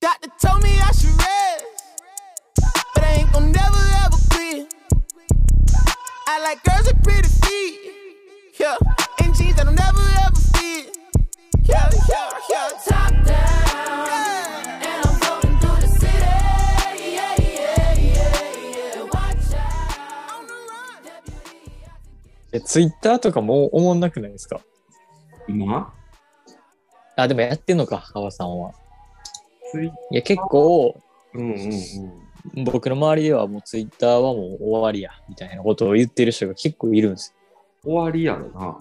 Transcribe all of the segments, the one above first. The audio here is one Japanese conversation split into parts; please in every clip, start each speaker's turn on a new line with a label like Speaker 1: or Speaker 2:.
Speaker 1: doctor told me I should rest. But I ain't gon' never ever quit. I like girls with pretty feet. Yeah, and jeans that'll never ever fit. Yeah, yeah, yeah. Top down. Yeah.
Speaker 2: And I'm floating through the city. Yeah, yeah, yeah, yeah. Watch out.
Speaker 1: On the run.
Speaker 3: え、ツイッターとかもおもんなくないですか
Speaker 4: 今
Speaker 3: あ、でもやってんのか、川さんは。
Speaker 4: ツイ
Speaker 3: いや、結構、
Speaker 4: うんうんうん。
Speaker 3: 僕の周りではもうツイッターはもう終わりや、みたいなことを言ってる人が結構いるんです
Speaker 4: 終わりやろな。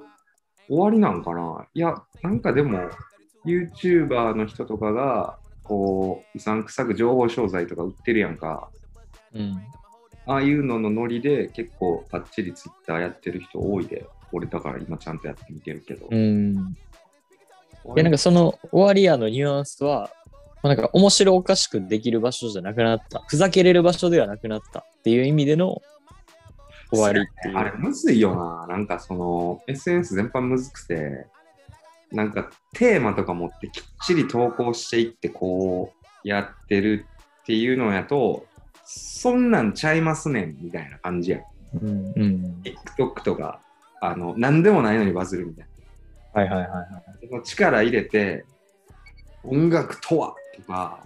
Speaker 4: 終わりなんかないや、なんかでも、YouTuber の人とかが、こう、うさんくさく情報商材とか売ってるやんか。
Speaker 3: よ。うん。
Speaker 4: ああいうののノリで結構ばっちりツイッターやってる人多いで、俺だから今ちゃんとやってみてるけど。
Speaker 3: うん。いや、なんかその終わりやのニュアンスは、まあなんか面白おかしくできる場所じゃなくなった。ふざけれる場所ではなくなったっていう意味での終わりっていう。
Speaker 4: あれむずいよな。なんかその SNS 全般むずくて、なんかテーマとか持ってきっちり投稿していってこうやってるっていうのやと、そんなんちゃいますねんみたいな感じやん。
Speaker 3: うんうん。
Speaker 4: TikTok とか、あの、なんでもないのにバズるみたい
Speaker 3: はいはいはいはい。
Speaker 4: な。その力入れて、音楽とはとか、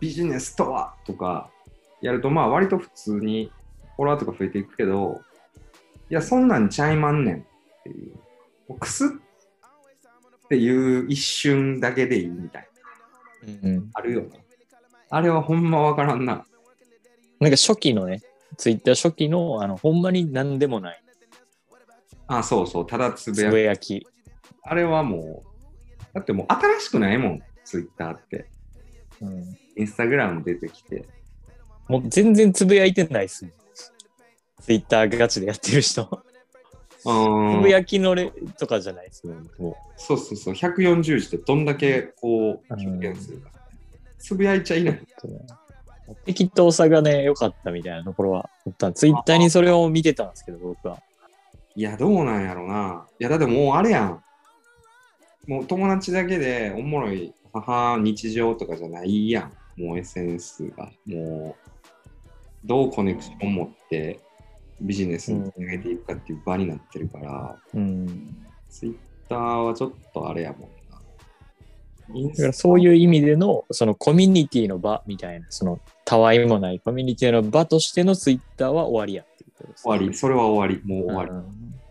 Speaker 4: ビジネスとはとか、やるとまあ割と普通にフォロワーとか増えていくけど、いや、そんなんちゃいまんねんっていう。もうくすっていう一瞬だけでいいみたい
Speaker 3: う
Speaker 4: な。
Speaker 3: ん、
Speaker 4: あるよな。あれはほんまわからんな。
Speaker 3: なんか初期のね、ツイッター初期の、あの、ほんまに何でもない、
Speaker 4: あ、そうそう、ただつぶ
Speaker 3: つ
Speaker 4: や
Speaker 3: ぶ
Speaker 4: く。
Speaker 3: やき。
Speaker 4: あれはもう、だってもう新しくないもん、ツイッターって。
Speaker 3: うん、
Speaker 4: インスタグラム出てきて。
Speaker 3: もう全然つぶやいてないっすね。ツイッターガチでやってる人。
Speaker 4: つ
Speaker 3: つぶやきのれとかじゃないですね。も
Speaker 4: そうそうそう、140字ってどんだけこう
Speaker 3: うん
Speaker 4: 表現するか。つぶやいちゃいない。
Speaker 3: う適当さがね、良かったみたいなところはあった。ツイッターにそれを見てたんですけど、僕は。
Speaker 4: いや、どうなんやろな。いや、だってもうあれやん。もう友達だけでおもろい、母日常とかじゃないやん。もう SNS が。もう、どうコネクションを持ってビジネスにつなげていくかっていう場になってるから、
Speaker 3: うん。
Speaker 4: ツイッターはちょっとあれやもんな。イン
Speaker 3: だから
Speaker 4: ス
Speaker 3: そういう意味での、そのコミュニティの場みたいな、そのたわいもないコミュニティの場としてのツイッターは終わりやっていうことです、
Speaker 4: 終わり、それは終わり、もう終わり。
Speaker 3: わ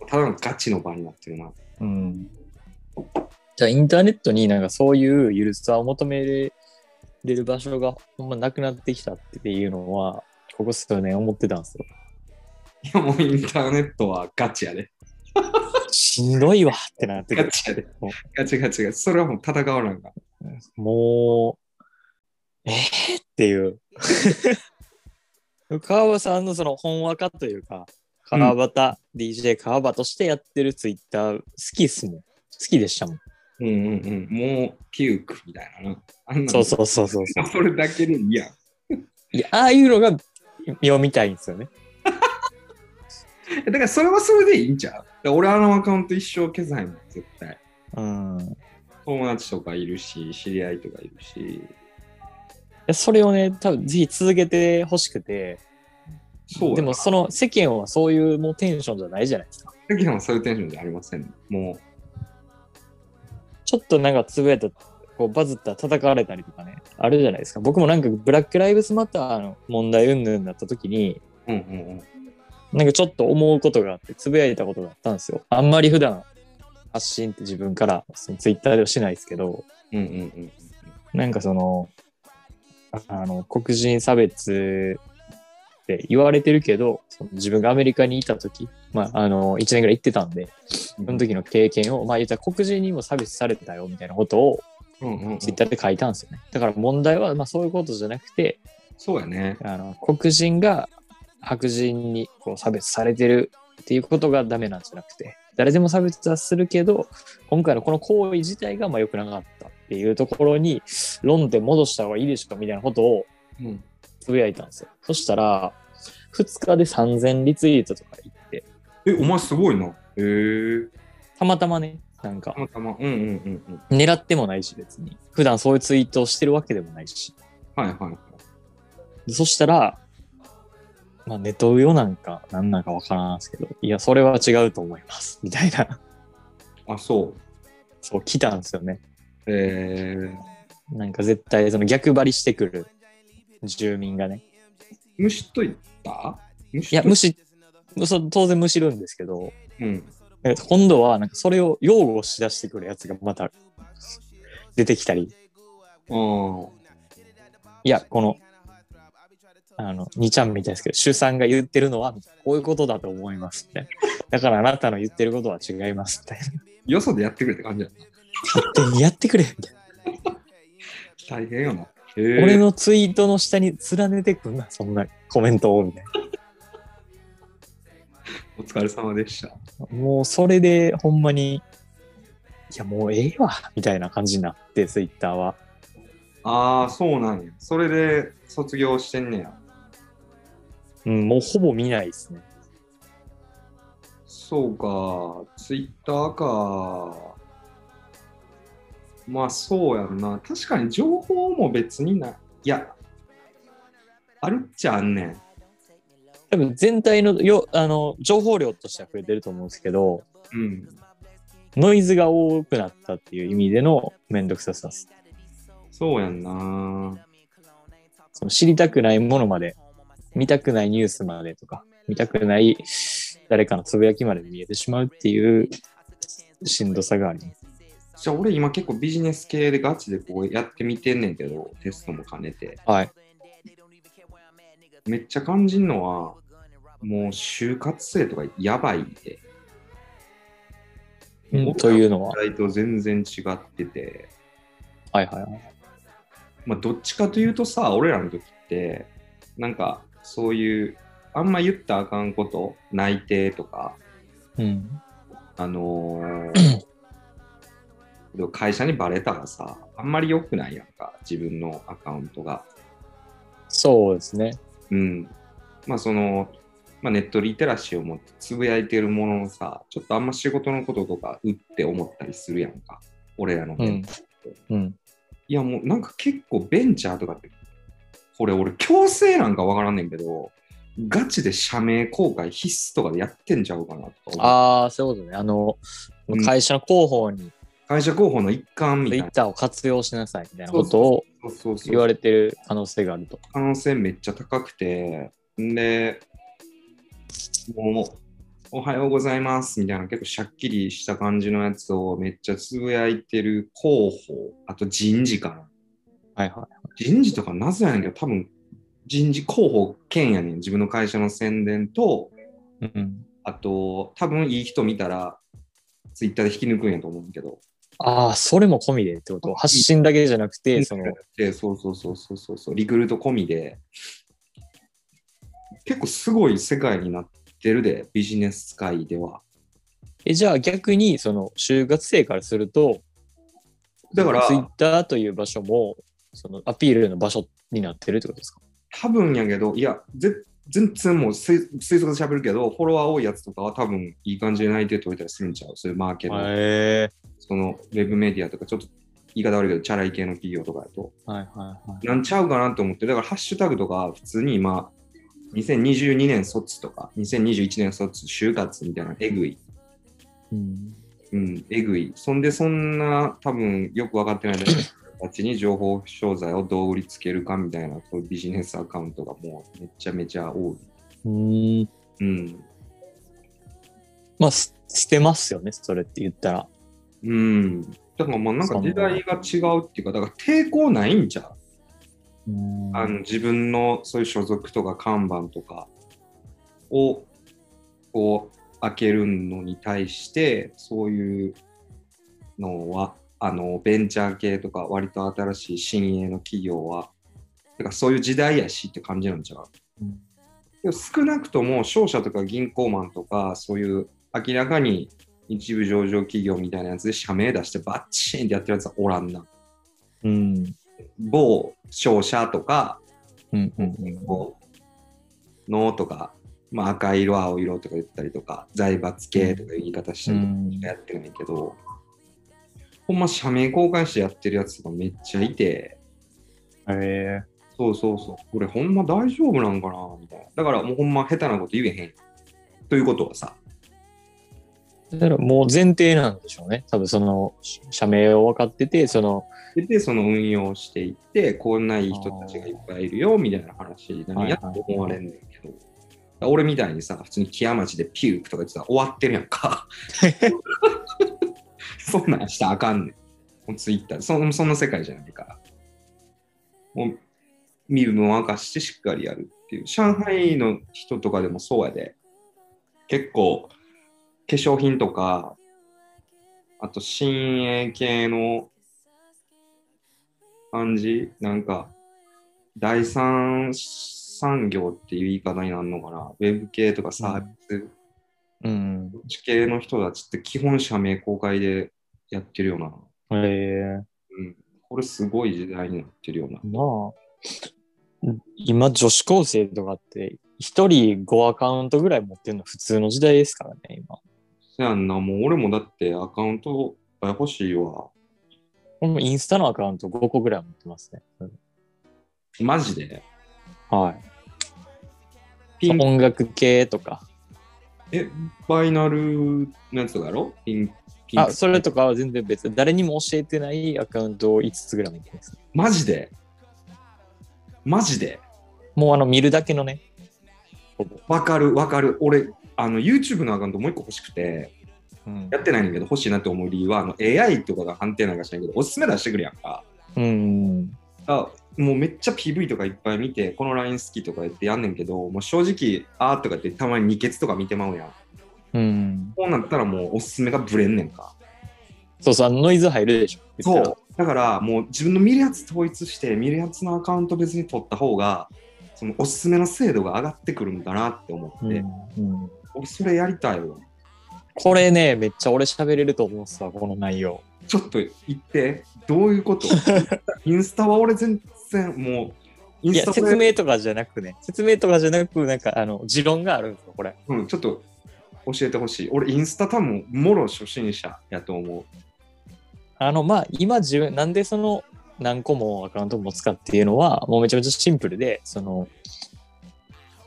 Speaker 3: り。
Speaker 4: ただのガチの場になってるな。
Speaker 3: うん。じゃあインターネットになんかそういうゆるさを求めれる場所がほんまなくなってきたっていうのは、ここ数年思ってたんですよ。
Speaker 4: い やもうインターネットはガチやで。
Speaker 3: しんどいわってなって
Speaker 4: ガ
Speaker 3: た。
Speaker 4: チやで。ガチガチガチ。それはもう戦わなんか。
Speaker 3: もう、えー、っていう。 川端さんのその本若というか、川端、DJ 川端としてやってるツイッター、好きっすもん。好きでしたもん。
Speaker 4: うんうんうん。もうピュークみたいなな。あんな
Speaker 3: そうそうそうそうそう。
Speaker 4: う。それだけでいいやん。
Speaker 3: いや、ああいうのが読みたいんですよね。
Speaker 4: えだからそれはそれでいいんちゃうだから俺あのアカウント一生消さへんもん、絶対。
Speaker 3: うん。
Speaker 4: 友達とかいるし、知り合いとかいるし。
Speaker 3: いやそれをね、多分ぜひ続けてほしくて、
Speaker 4: そうや
Speaker 3: でも、その世間はそういうもうテンションじゃないじゃないですか。
Speaker 4: さっきのそういうテンションじゃありません。も
Speaker 3: ちょっとなんかつぶやいた、こうバズったら叩かれたりとかね、あるじゃないですか。僕もなんかブラック・ライブズ・マターの問題云々になった時に、
Speaker 4: う、うんうんうん。
Speaker 3: なんかちょっと思うことがあって、つぶやいたことがあったんですよ。あんまり普段発信って自分から、そのツイッターではしないですけど、
Speaker 4: うんうんうん。
Speaker 3: なんかその、ああの、黒人差別って言われてるけど、その自分がアメリカにいた時、まあ、あの、1年ぐらい行ってたんで、その時の経験を、まあ言ったら黒人にも差別されてたよみたいなことを
Speaker 4: うんうんうん、
Speaker 3: ツイッターで書いたんですよね。だから問題は、まあそういうことじゃなくて、
Speaker 4: そうやね。
Speaker 3: あの、黒人が白人にこう差別されてるっていうことがダメなんじゃなくて、誰でも差別はするけど、今回のこの行為自体がまあ良くなかったっていうところに論点戻した方がいいでしょみたいなことを
Speaker 4: うん。
Speaker 3: つぶやいたんですよ。そしたら、2日で3000リツイートとか言って、
Speaker 4: え、お前すごいな。へえ。
Speaker 3: たまたまね、なんか
Speaker 4: た、またま。うんうんうんうん。
Speaker 3: 狙ってもないし別に普段そういうツイートをしてるわけでもないし
Speaker 4: はいはい。
Speaker 3: でそしたら、まあ、ネトウヨなんか、なんなんかわからんすけど、いや、それは違うと思います。みたいな。
Speaker 4: あ、そう。
Speaker 3: そう、来たんですよね。
Speaker 4: えー、
Speaker 3: なんか絶対、その逆張りしてくる住民がね。
Speaker 4: むしっといったむし
Speaker 3: いや、むし、そう当然むしるんですけど、
Speaker 4: うん。
Speaker 3: なんか今度は、なんかそれを擁護しだしてくるやつがまた出てきたり、
Speaker 4: あー
Speaker 3: いや、この、あの、2ちゃんみたいですけど、主さんが言ってるのは、こういうことだと思いますみたいな。だからあなたの言ってることは違いますみたいな。
Speaker 4: よそでやってくれって感じやな。
Speaker 3: 勝手にやってくれみたいな。
Speaker 4: 大変よな。え
Speaker 3: 俺のツイートの下に連ねてくんな、そんなコメントを、みたい
Speaker 4: お疲れ様でした。
Speaker 3: な。もうそれで、ほんまに、いや、もうええわ、みたいな感じになって、ツイッターは。
Speaker 4: ああ、そうなんや。それで卒業してんねや。
Speaker 3: うん、もうほぼ見ないですね。
Speaker 4: そうか、ツイッターか。まあそうやろな。確かに情報も別にない。いや、あるっちゃあんねん。
Speaker 3: 多分全体のよあの情報量としては増えてると思うんですけど、
Speaker 4: うん。
Speaker 3: ノイズが多くなったっていう意味でのめんどくささです。
Speaker 4: そうやんな。
Speaker 3: その知りたくないものまで、見たくないニュースまでとか、見たくない誰かのつぶやきまで見えてしまうっていうしんどさがあります。
Speaker 4: じゃあ俺今結構ビジネス系でガチでこうやってみてんねんけど、テストも兼ねて。
Speaker 3: はい。
Speaker 4: めっちゃ感じんのは、もう就活生とかやばいって。
Speaker 3: うんというのは
Speaker 4: 時。代と全然違ってて、
Speaker 3: はいはいはい。
Speaker 4: まあ、どっちかというとさ、俺らの時って、なんかそういう、あんま言ったらあかんこと、内定とか、
Speaker 3: うん。
Speaker 4: あのーでも会社にバレたらさ、あんまり良くないやんか、自分のアカウントが。
Speaker 3: そうですね。
Speaker 4: うん。まあその、まあ、ネットリテラシーを持ってつぶやいてるもののさ、ちょっとあんま仕事のこととか、うって思ったりするやんか、俺らの
Speaker 3: う
Speaker 4: 年
Speaker 3: ん。うん。
Speaker 4: いやもうなんか結構ベンチャーとかって、これ俺強制なんかわからんねんけど、ガチで社名公開必須とかでやってんちゃうかなとか思う
Speaker 3: ああ、そういうことね。あの
Speaker 4: うん、
Speaker 3: 会社の広報に
Speaker 4: 会社候補の一環みたいな。
Speaker 3: Twitter を活用しなさいみたいなことを
Speaker 4: そうそうそう
Speaker 3: 言われてる可能性があると。
Speaker 4: 可能性めっちゃ高くて、んで、もう、おはようございますみたいな、結構しゃっきりした感じのやつをめっちゃつぶやいてる広報、あと人事かな。
Speaker 3: はいは
Speaker 4: 人事とかなぜやねんけど、多分人事広報兼やねん、自分の会社の宣伝と、
Speaker 3: い。うん。
Speaker 4: あと、多分いい人見たら、ツイッターで引き抜くんやと思うんけど。
Speaker 3: ああ、それも込みでってこと発信だけじゃなくて、その、
Speaker 4: で、そうそうそうそうそうそう、リクルート込みで、結構すごい世界になってるで、ビジネス界では。
Speaker 3: え、じゃあ逆に、その、就活生からすると、
Speaker 4: だから、
Speaker 3: Twitter という場所も、その、アピールの場所になってるってことですか
Speaker 4: 多分やけど、いや、ぜ全然もう推推測で喋るけど、フォロワー多いやつとかは多分いい感じで内定取れたりするんちゃうそういうマーケット、
Speaker 3: へえ。
Speaker 4: そのウェブメディアとか、ちょっと言い方悪いけど、チャラい系の企業とかやと。
Speaker 3: はいはいはい。
Speaker 4: なんちゃうかなと思って、だからハッシュタグとか、普通に今、2022年卒とか、2021年卒、就活みたいな、えぐい。
Speaker 3: うん。
Speaker 4: うん、えぐい。そんで、そんな、多分よく分かってない人たちに情報商材をどう売りつけるかみたいな、こういうビジネスアカウントがもうめちゃめちゃ多
Speaker 3: うーん。
Speaker 4: い。うん。
Speaker 3: まあ、す捨てますよね、それって言ったら。
Speaker 4: うん。だからもうなんか時代が違うっていうか、だから抵抗ないんちゃうあの自分のそういう所属とか看板とかをこう開けるのに対してそういうのはあのベンチャー系とか割と新しい新鋭の企業はだからそういう時代やしって感じなんちゃう、
Speaker 3: うん
Speaker 4: でも少なくとも商社とか銀行マンとかそういう明らかに一部上場企業みたいなやつで社名出してバッチーンってやってるやつはおらんな
Speaker 3: うん。
Speaker 4: 某商社とか
Speaker 3: うんうんうん
Speaker 4: こう、脳とか、まあ、赤色、青色とか言ったりとか、財閥系とかいう言い方した
Speaker 3: う
Speaker 4: り
Speaker 3: ん。
Speaker 4: とかやってるんやけど、ほんま社名交換してやってるやつとかめっちゃいて、
Speaker 3: へえ
Speaker 4: そうそうそう。これほんま大丈夫なんかなみたいな。だからもうほんま下手なこと言えへん。ということはさ。
Speaker 3: だからもう前提なんでしょうね。多分そのし社名を分かってて、その、
Speaker 4: で、その運用していって、こんないい人たちがいっぱいいるよ、みたいな話、何やって思われんねんけど。俺みたいにさ、普通に木屋町でピュークとか言ってたら終わってるやん か。そんなんしたらあかんねん。もうツイッター、そそんな世界じゃないから。もう身分を明かしてしっかりやるっていう。上海の人とかでもそうやで。結構、化粧品とか、あと、新鋭系の感じ、なんか、第三産業っていう言い方になるのかな。ウェブ系とかサービス、
Speaker 3: うん。
Speaker 4: 地系の人たちって基本社名公開でやってるよな。
Speaker 3: えー、
Speaker 4: うん。これすごい時代になってるよな。
Speaker 3: まあ、今女子高生とかって、一人5アカウントぐらい持ってるの普通の時代ですからね、今。
Speaker 4: そやんな、もう俺もだってアカウント欲しいわ。
Speaker 3: 俺もインスタのアカウント5個ぐらい持ってますね。
Speaker 4: マジで。
Speaker 3: はい。
Speaker 4: ピン
Speaker 3: 音楽系とか。
Speaker 4: え、バイナルのやつとかやろピン、ピン。
Speaker 3: あ、それとかは全然別。誰にも教えてないアカウントを5つぐらい持ってます。
Speaker 4: マジでマジで
Speaker 3: もうあの、見るだけのね。
Speaker 4: わかるわかる。俺、あの、YouTube のアカウントもう一個欲しくて。
Speaker 3: うん
Speaker 4: やってないねんだけど、欲しいなって思う理由は、あの AI とかが判定なんかしないけど、おすすめ出してくるやんか。
Speaker 3: うん。
Speaker 4: あもうめっちゃ PV とかいっぱい見て、この LINE 好きとか言ってやんねんけど、もう正直、あーとか言ってたまに二ケツとか見てまうやん。
Speaker 3: うん。
Speaker 4: こうなったらもうおすすめがブレんねんか。
Speaker 3: そうそう、あのノイズ入るでしょ。言
Speaker 4: そ
Speaker 3: ったら
Speaker 4: う。だからもう自分の見るやつ統一して、見るやつのアカウント別に取った方が、そのおすすめの精度が上がってくるんだなって思って、
Speaker 3: うんうん
Speaker 4: 俺それやりたいわ。
Speaker 3: これね、めっちゃ俺喋れると思うっすわ、この内容。
Speaker 4: ちょっと言って、どうい うことインスタは俺全然もう、イン
Speaker 3: い
Speaker 4: ス
Speaker 3: や、
Speaker 4: タで
Speaker 3: 説明とかじゃなくね、説明とかじゃなく、なんか、あの、持論があるんですよ、これ。
Speaker 4: うん、ちょっと教えてほしい。俺、インスタ多分、もろ初心者やと思う。
Speaker 3: あの、まあ、今自分、なんでその、何個もアカウント持つかっていうのは、もうめちゃめちゃシンプルで、その、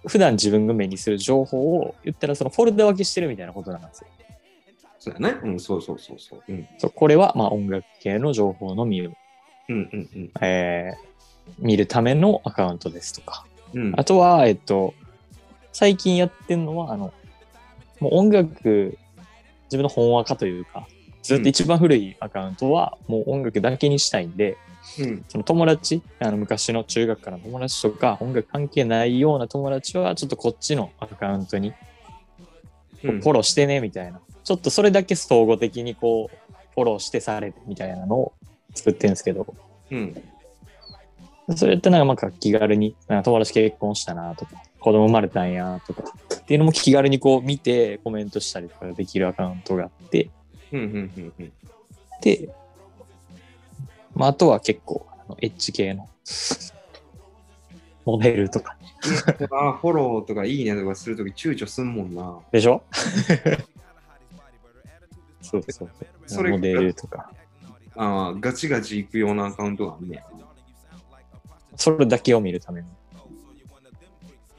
Speaker 3: 普段自分が目にする情報を言ったら、そのフォルダ分けしてるみたいなことなんですよ。
Speaker 4: そうやね。うん、そうそうそうそう。うん、
Speaker 3: そうこれは、まあ、音楽系の情報のみを、
Speaker 4: うん、うん、
Speaker 3: えー見るためのアカウントですとか。
Speaker 4: うん。うん
Speaker 3: あとは、えっと、最近やってんのは、あの、もう音楽、自分の本話化というか、ずっと一番古いアカウントは、もう音楽だけにしたいんで、
Speaker 4: うん、
Speaker 3: その友達、あの昔の中学からの友達とか、音楽関係ないような友達は、ちょっとこっちのアカウントに
Speaker 4: うん
Speaker 3: フォローしてね、みたいな。ちょっとそれだけ総合的にこう、フォローしてされてみたいなのを作ってるんですけど、
Speaker 4: うん。
Speaker 3: それってなんかまあ気軽に、なんか友達結婚したなとか、子供生まれたんやとか、っていうのも気軽にこう見てコメントしたりとかできるアカウントがあって、
Speaker 4: うん、うん、うん、うん。
Speaker 3: で、まあ、あとは結構あのエッジ系のモデルとか
Speaker 4: あフォローとかいいねとかするとき躊躇すんもんな。
Speaker 3: でしょ そうそうそ。
Speaker 4: そうれ
Speaker 3: モデルとか。
Speaker 4: あーガチガチ行くようなアカウントがあんねや
Speaker 3: それだけを見るための。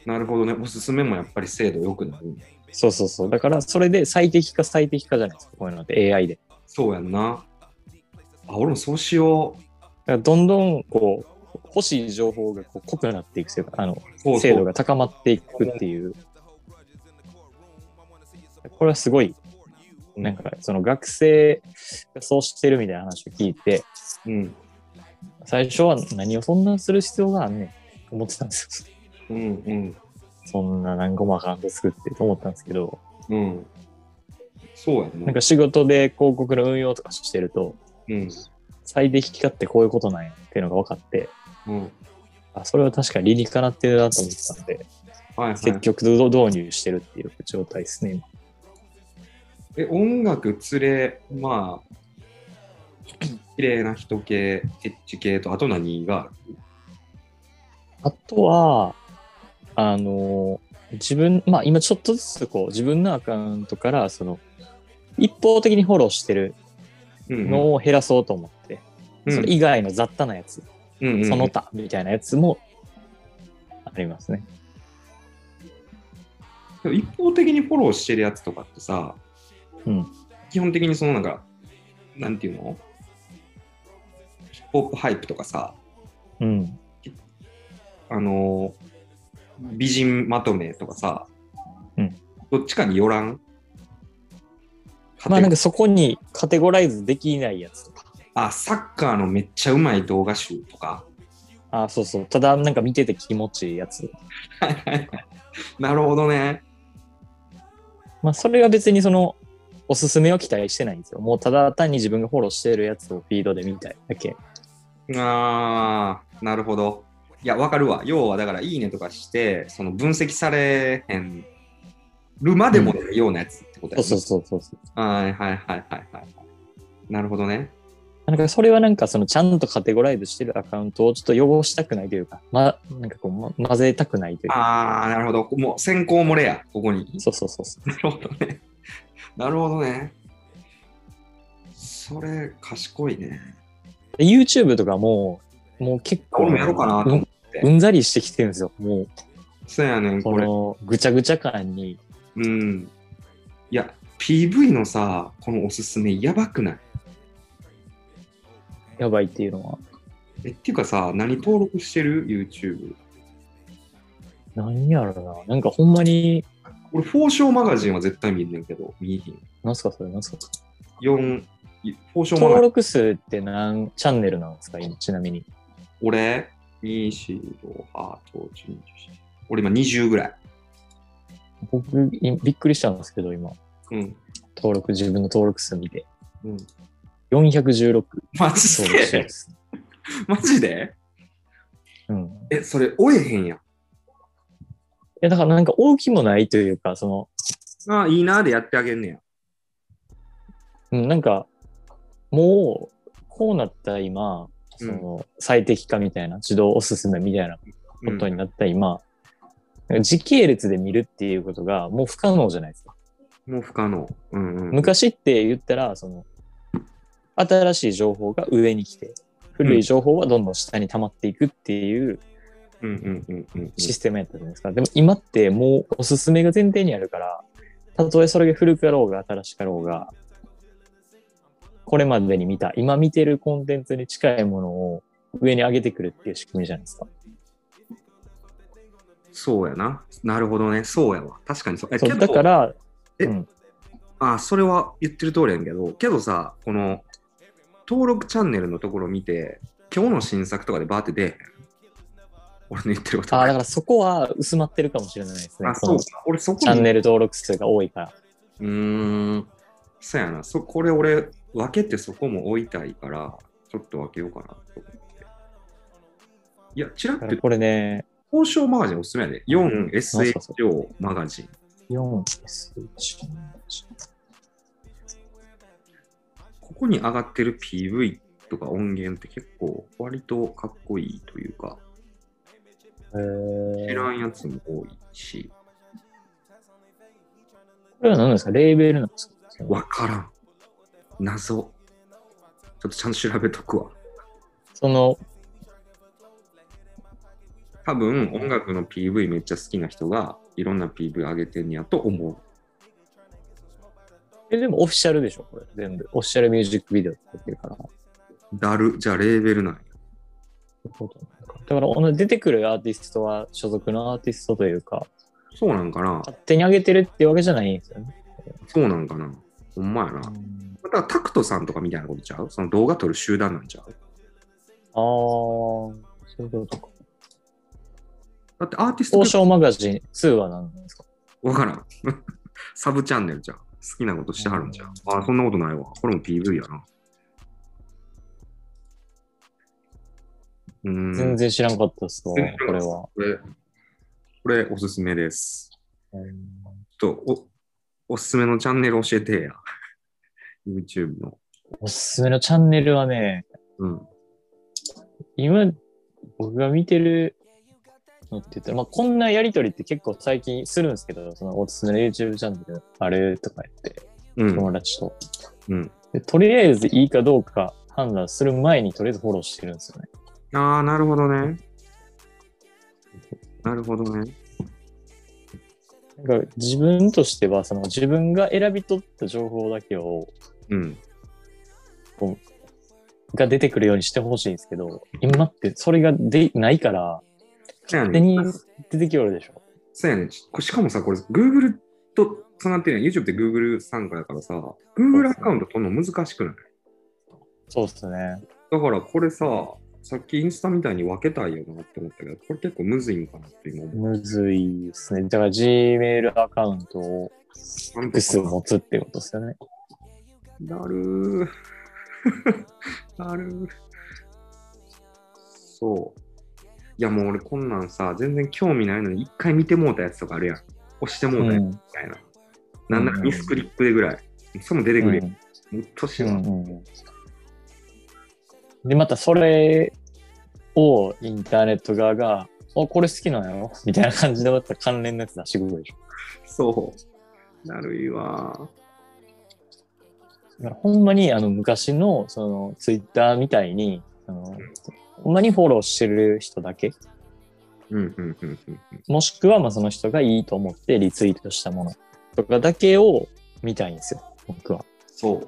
Speaker 4: なるほどね。おすすめもやっぱり精度良くなる。
Speaker 3: そうそうそう。だからそれで最適化最適化じゃないですか。こういうのって AI で。
Speaker 4: そうやんな。あ、俺もそうしよ
Speaker 3: だからどんどんこう欲しい情報がこう濃くなっていくというかあの
Speaker 4: う。そう
Speaker 3: 精
Speaker 4: そ
Speaker 3: 度
Speaker 4: う。
Speaker 3: が高まっていくっていうこれはすごいなんかその学生がそうしてるみたいな話を聞いて
Speaker 4: うん。
Speaker 3: 最初は何をそんなする必要があんねんと思ってたんですよ
Speaker 4: うん、うん、
Speaker 3: そんな何個もアカウント作ってと思ったんですけど
Speaker 4: うん。そうやね。
Speaker 3: なんか仕事で広告の運用とかしてると
Speaker 4: うん、
Speaker 3: 最適化ってこういうことなんやっていうのが分かって
Speaker 4: うん。
Speaker 3: あそれは確かに理にかなってるなと思ってたんで
Speaker 4: はい、はい。
Speaker 3: 積極導入してるっていう状態ですね今。
Speaker 4: え、音楽連れ、まあ、綺麗な人系、エッジ系と、あと何が
Speaker 3: あとは、あの、自分、まあ今ちょっとずつこう、自分のアカウントから、その、一方的にフォローしてる
Speaker 4: うん
Speaker 3: のを減らそうと思って、
Speaker 4: うん
Speaker 3: それ以外の雑多なやつ、
Speaker 4: うんうん
Speaker 3: その他みたいなやつもりますね。
Speaker 4: でも一方的にフォローしてるやつとかってさ、
Speaker 3: うん
Speaker 4: 基本的にそのなんか、なんていうのヒップホップハイプとかさ、
Speaker 3: うん。
Speaker 4: あのー美人まとめとかさ、
Speaker 3: うん
Speaker 4: どっちかによらん
Speaker 3: まあなんかそこにカテゴライズできないやつとか。
Speaker 4: あ、サッカーのめっちゃうまい動画集とか。
Speaker 3: あそうそう。ただなんか見てて気持ちいいやつ。
Speaker 4: なるほどね。
Speaker 3: まあそれは別にその、おすすめを期待してないんですよ。もうただ単に自分がフォローしてるやつをフィードで見たいだけ。
Speaker 4: あー、なるほど。いや、わかるわ。要はだから、いいねとかして、その分析されへんるまでもないようなやつってことや、
Speaker 3: そう
Speaker 4: ね
Speaker 3: そうそうそうそう。
Speaker 4: はいはいはいはいはい。なるほどね。
Speaker 3: なんかそれはなんかそのちゃんとカテゴライズしてるアカウントをちょっと汚したくないというか、ま、なんかこう、ま混ぜたくないというか。
Speaker 4: ああ、なるほど。もう先行漏れや、ここに。
Speaker 3: そうそうそうそう。
Speaker 4: なるほどね。なるほどね。それ、賢いね。
Speaker 3: で YouTube とかもう、もう結構、
Speaker 4: 俺もやろうかなと思っ
Speaker 3: うん
Speaker 4: て
Speaker 3: うんざりしてきてるんですよ。もう、
Speaker 4: そうやねん、こ
Speaker 3: こ
Speaker 4: れ。
Speaker 3: のぐちゃぐちゃ感に。
Speaker 4: うん。いや、PV のさ、このおすすめ、やばくない
Speaker 3: やばいっていうのは。
Speaker 4: え、っていうかさ、何登録してる ?YouTube。
Speaker 3: 何やろな。なんかほんまに、
Speaker 4: 俺、フォーショーマガジンは絶対見んねんけど、見えひん。
Speaker 3: なんすかそれ、なんすかそれ
Speaker 4: 4、フォーショーマ
Speaker 3: 登
Speaker 4: ガジン。
Speaker 3: 録数って何チャンネルなんですか今、ちなみに。
Speaker 4: 俺、2、4、5、8、10、11。俺今20ぐらい。
Speaker 3: 僕、いびっくりしたんですけど、今。
Speaker 4: うん。
Speaker 3: 登録、自分の登録数見て。
Speaker 4: うん、
Speaker 3: 416登
Speaker 4: マ
Speaker 3: 録
Speaker 4: ジ
Speaker 3: して
Speaker 4: で
Speaker 3: ます。
Speaker 4: マジで
Speaker 3: うん。
Speaker 4: え、それ、追えへんやん。
Speaker 3: いや、だからなんか大きもないというか、その、
Speaker 4: ああ、いいなーでやってあげんねや。
Speaker 3: うん、なんか、もう、こうなった今、その、最適化みたいな、自動おすすめみたいなことになった今、なんか時系列で見るっていうことがもう不可能じゃないですか。
Speaker 4: うんもう不可能。うんうん、
Speaker 3: 昔って言ったら、その、新しい情報が上に来て、古い情報はどんどん下に溜まっていくっていう
Speaker 4: うんうんうんうんうん
Speaker 3: システムやったじゃないですか。でも今ってもうおすすめが前提にあるから、たとえそれが古かろうが新しかろうが、これまでに見た、今見てるコンテンツに近いものを上に上げてくるっていう仕組みじゃないですか。
Speaker 4: そうやな。なるほどね。そうやわ。確かにそう。え
Speaker 3: そ
Speaker 4: け
Speaker 3: う
Speaker 4: ど
Speaker 3: だから、
Speaker 4: え
Speaker 3: うん、
Speaker 4: あ、それは言ってる通りやんけど、けどさ、この、登録チャンネルのところ見て、今日の新作とかでバーって出えへん俺の言ってること
Speaker 3: あーだからそこは薄まってるかもしれないですね。
Speaker 4: あ、
Speaker 3: こ
Speaker 4: そう
Speaker 3: の
Speaker 4: か。俺そこに。
Speaker 3: チャンネル登録数が多いから。
Speaker 4: うーん。そうやな。そこれ俺、分けてそこも置いたいから、ちょっと分けようかなと思って。いや、ちらっ
Speaker 3: だ
Speaker 4: と
Speaker 3: からこれね、
Speaker 4: 交渉マガジンおすすめやで。
Speaker 3: そうそう
Speaker 4: 4SHO マガジン。
Speaker 3: 4、S1
Speaker 4: ここに上がってる PV とか音源って結構割とかっこいいというか、
Speaker 3: えー
Speaker 4: 知らんやつも多いし、
Speaker 3: これは何なんですかレーベルなんですか
Speaker 4: わからん。謎。ちょっとちゃんと調べとくわ。
Speaker 3: その、
Speaker 4: 多分音楽の PV めっちゃ好きな人がいろんな PV 上げてんやと思う。
Speaker 3: え、でもオフィシャルでしょこれ全部。オフィシャルミュージックビデオって言ってるから。
Speaker 4: だる、じゃあレーベルなんや。
Speaker 3: だから同じ出てくるアーティストは所属のアーティストというか、
Speaker 4: そうなんかな
Speaker 3: 勝手に上げてるってわけじゃないんですよね。
Speaker 4: そうなんかなほんまやな。だからタクトさんとかみたいなことちゃうその動画撮る集団なんちゃう
Speaker 3: ああ、そういうことか。
Speaker 4: だってアーティスト
Speaker 3: 王
Speaker 4: 結
Speaker 3: 将マガジン2は何なんですか
Speaker 4: わからん。 サブチャンネルじゃん。好きなことしてはるんじゃん。あー、そんなことないわ。これも PV やな。うーん。
Speaker 3: 全然知らんかったっすわ、
Speaker 4: 全然
Speaker 3: これは。
Speaker 4: これ、これおすすめです。ちょっと、お、おすすめのチャンネル教えてや。YouTube の。
Speaker 3: おすすめのチャンネルはね、
Speaker 4: うん。
Speaker 3: 今、僕が見てるのって言ったら、まあ、こんなやりとりって結構最近するんですけど、そのおすすめの YouTube チャンネルあるとか言って、
Speaker 4: うん。
Speaker 3: 友達と。
Speaker 4: うん
Speaker 3: でとりあえずいいかどうか判断する前にとりあえずフォローしてるんですよね。
Speaker 4: ああ、なるほどね。なるほどね。
Speaker 3: なんか自分としては、その自分が選び取った情報だけを、
Speaker 4: うん。
Speaker 3: が出てくるようにしてほしいんですけど、今ってそれがでないから、
Speaker 4: そうや
Speaker 3: 勝手
Speaker 4: ね
Speaker 3: に
Speaker 4: ん。
Speaker 3: 出てきおるでしょ。
Speaker 4: そうやねん。ししかもさ、これ、Google とつながってるやん。YouTube って Google 参加だからさ、Google アカウント取るの難しくない
Speaker 3: そうっすね。
Speaker 4: だからこれさ、さっきインスタみたいに分けたいよなって思ったけど、これ結構むずいんかなって今思う。
Speaker 3: むずいですね。だから Gmail アカウントを複数持つってことですよね。
Speaker 4: なるー。 なるー。そう。いやもう俺こんなんさ、全然興味ないのに、一回見てもうたやつとかあるやん。押してもうたやつみたいな。なんならミスクリップでぐらい。それも出て
Speaker 3: う
Speaker 4: く
Speaker 3: ん
Speaker 4: るやん。うっとしいわ
Speaker 3: うんで、またそれをインターネット側が、あ、これ好きなんやろみたいな感じでまた関連のやつ出してくるでしょ。
Speaker 4: そう。なるいわ。
Speaker 3: だからほんまにあの昔のそのツイッターみたいにあの、ほんまにフォローしてる人だけ、
Speaker 4: うんうんうんうん。
Speaker 3: もしくはまあその人がいいと思ってリツイートしたものとかだけを見たいんですよ、僕は。
Speaker 4: そう。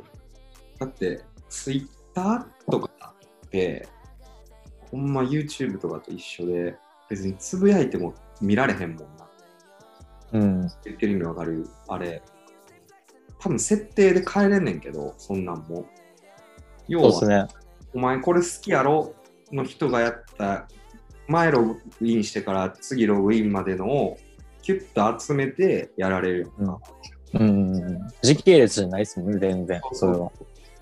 Speaker 4: だって、ツイッターとかって、ほんま YouTube とかと一緒で、別につぶやいても見られへんもんな。
Speaker 3: うん。
Speaker 4: 言ってる意味わかるあれ多分設定で変えれんねんけどそんなんも要
Speaker 3: そうです
Speaker 4: は、
Speaker 3: ね。
Speaker 4: お前これ好きやろの人がやった前ログインしてから次ログインまでのをキュッと集めてやられるよな、
Speaker 3: うんうん。時系列じゃないですもんね、全然。それは。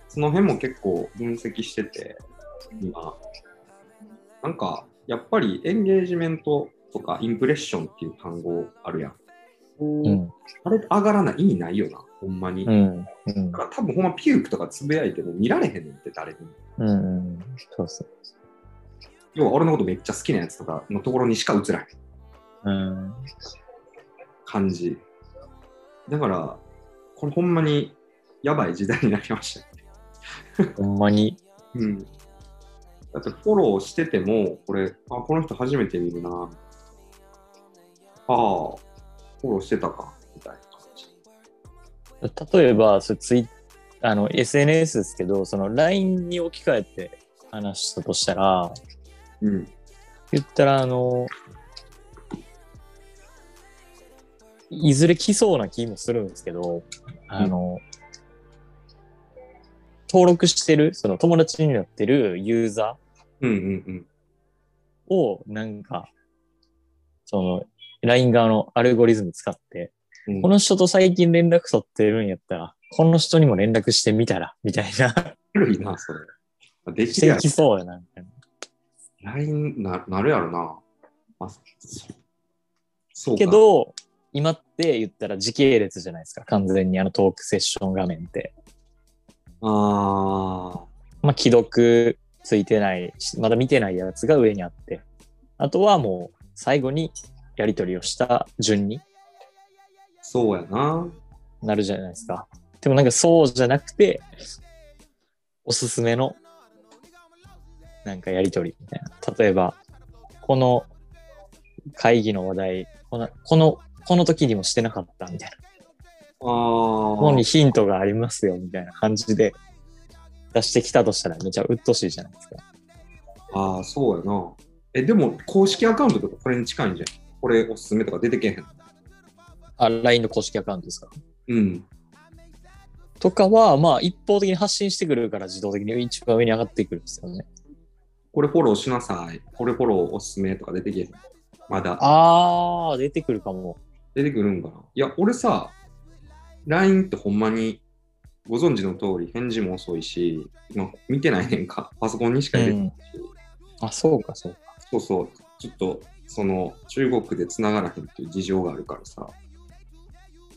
Speaker 4: その辺も結構分析してて今なんかやっぱりエンゲージメントとかインプレッションっていう単語あるやん、
Speaker 3: うん。
Speaker 4: あれ上がらない意味ないよなほんまに、
Speaker 3: うん。うん
Speaker 4: だ。から多分ほんまピュークとかつぶやいても見られへんねんって誰にも。
Speaker 3: うんうん。そうそう。
Speaker 4: 要は俺のことめっちゃ好きなやつとかのところにしか映らへん
Speaker 3: うん。
Speaker 4: 感じ。だから、これほんまにやばい時代になりました。
Speaker 3: ほんまに。
Speaker 4: うん。だってフォローしてても、これ、あ、この人初めて見るな。ああ、フォローしてたか、みたいな感じ。
Speaker 3: 例えば、そうツイあの、SNS ですけど、その LINE に置き換えて話したとしたら、
Speaker 4: うん。
Speaker 3: 言ったら、あの、いずれ来そうな気もするんですけど、あの、登録してる、その友達になってるユーザー、
Speaker 4: うんうん
Speaker 3: を、なんか、その、LINE 側のアルゴリズム使って、
Speaker 4: うん。
Speaker 3: こ
Speaker 4: の
Speaker 3: の人と最近連絡取ってるんやったら、この人にも連絡してみたら、みたいな、
Speaker 4: 古いな、それ。で
Speaker 3: し
Speaker 4: き
Speaker 3: て
Speaker 4: るや
Speaker 3: きそうやな。みたいな
Speaker 4: LINE ななるやろな。あ、そそうか
Speaker 3: け、ど、今って言ったら時系列じゃないですか、完全にあのトークセッション画面って。
Speaker 4: あ
Speaker 3: まあ、既読ついてないし、まだ見てないやつが上にあって、あとはもう最後にやり取りをした順に
Speaker 4: あ、そうやな。
Speaker 3: なるじゃないですか。でもなんかそうじゃなくて、おすすめの、なんかやりとりみたいな。例えば、この会議の話題、この、この、この時にもしてなかったみたいな。
Speaker 4: ああ。
Speaker 3: ここにヒントがありますよみたいな感じで出してきたとしたらめちゃ鬱陶しいじゃないですか。
Speaker 4: ああ、そうやな。え、でも、公式アカウントとかこれに近いんじゃん。これおすすめとか出てけへん。
Speaker 3: あ、LINE の公式アカウントですか。
Speaker 4: うん。
Speaker 3: とかは、まあ一方的に発信してくるから自動的に一番上に上がってくるんですよね。
Speaker 4: これフォローしなさい。これフォローおすすめとか出てけへん。まだ。
Speaker 3: あー、出てくるかも。
Speaker 4: 出てくるんかな。いや、俺さ、LINE ってほんまに、ご存知の通り、返事も遅いし、今見てないねんか。パソコンにしか
Speaker 3: う
Speaker 4: 出てない
Speaker 3: ん。あ、そうか、そうか。
Speaker 4: そうそう、ちょっとその中国で繋がらへんっていう事情があるからさ。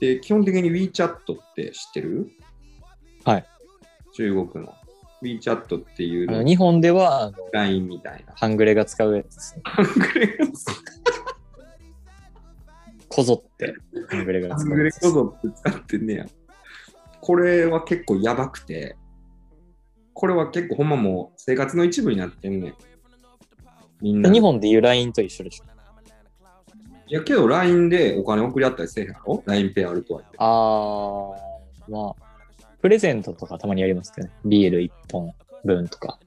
Speaker 4: で、基本的に WeChat って知ってる
Speaker 3: はい。
Speaker 4: 中国の WeChat ってい
Speaker 3: あの
Speaker 4: う
Speaker 3: 日本ではあの
Speaker 4: LINE みたいな。
Speaker 3: 半グレが使うやつですね。こぞって半グレが
Speaker 4: ハ
Speaker 3: 使
Speaker 4: ン
Speaker 3: う
Speaker 4: グレ
Speaker 3: やつで
Speaker 4: コ
Speaker 3: す。
Speaker 4: ドって使ってんねや。これは結構やばくて、これは結構ほんまもう生活の一部になってんねん。みんな。
Speaker 3: 日本でいう LINE と一緒でしょ。
Speaker 4: いやけど LINE でお金送り合ったりせえへんやろ ?LINE ペイあるとは言って。
Speaker 3: あー、まあ、プレゼントとかたまにやりますけどね。ビール1本分とか。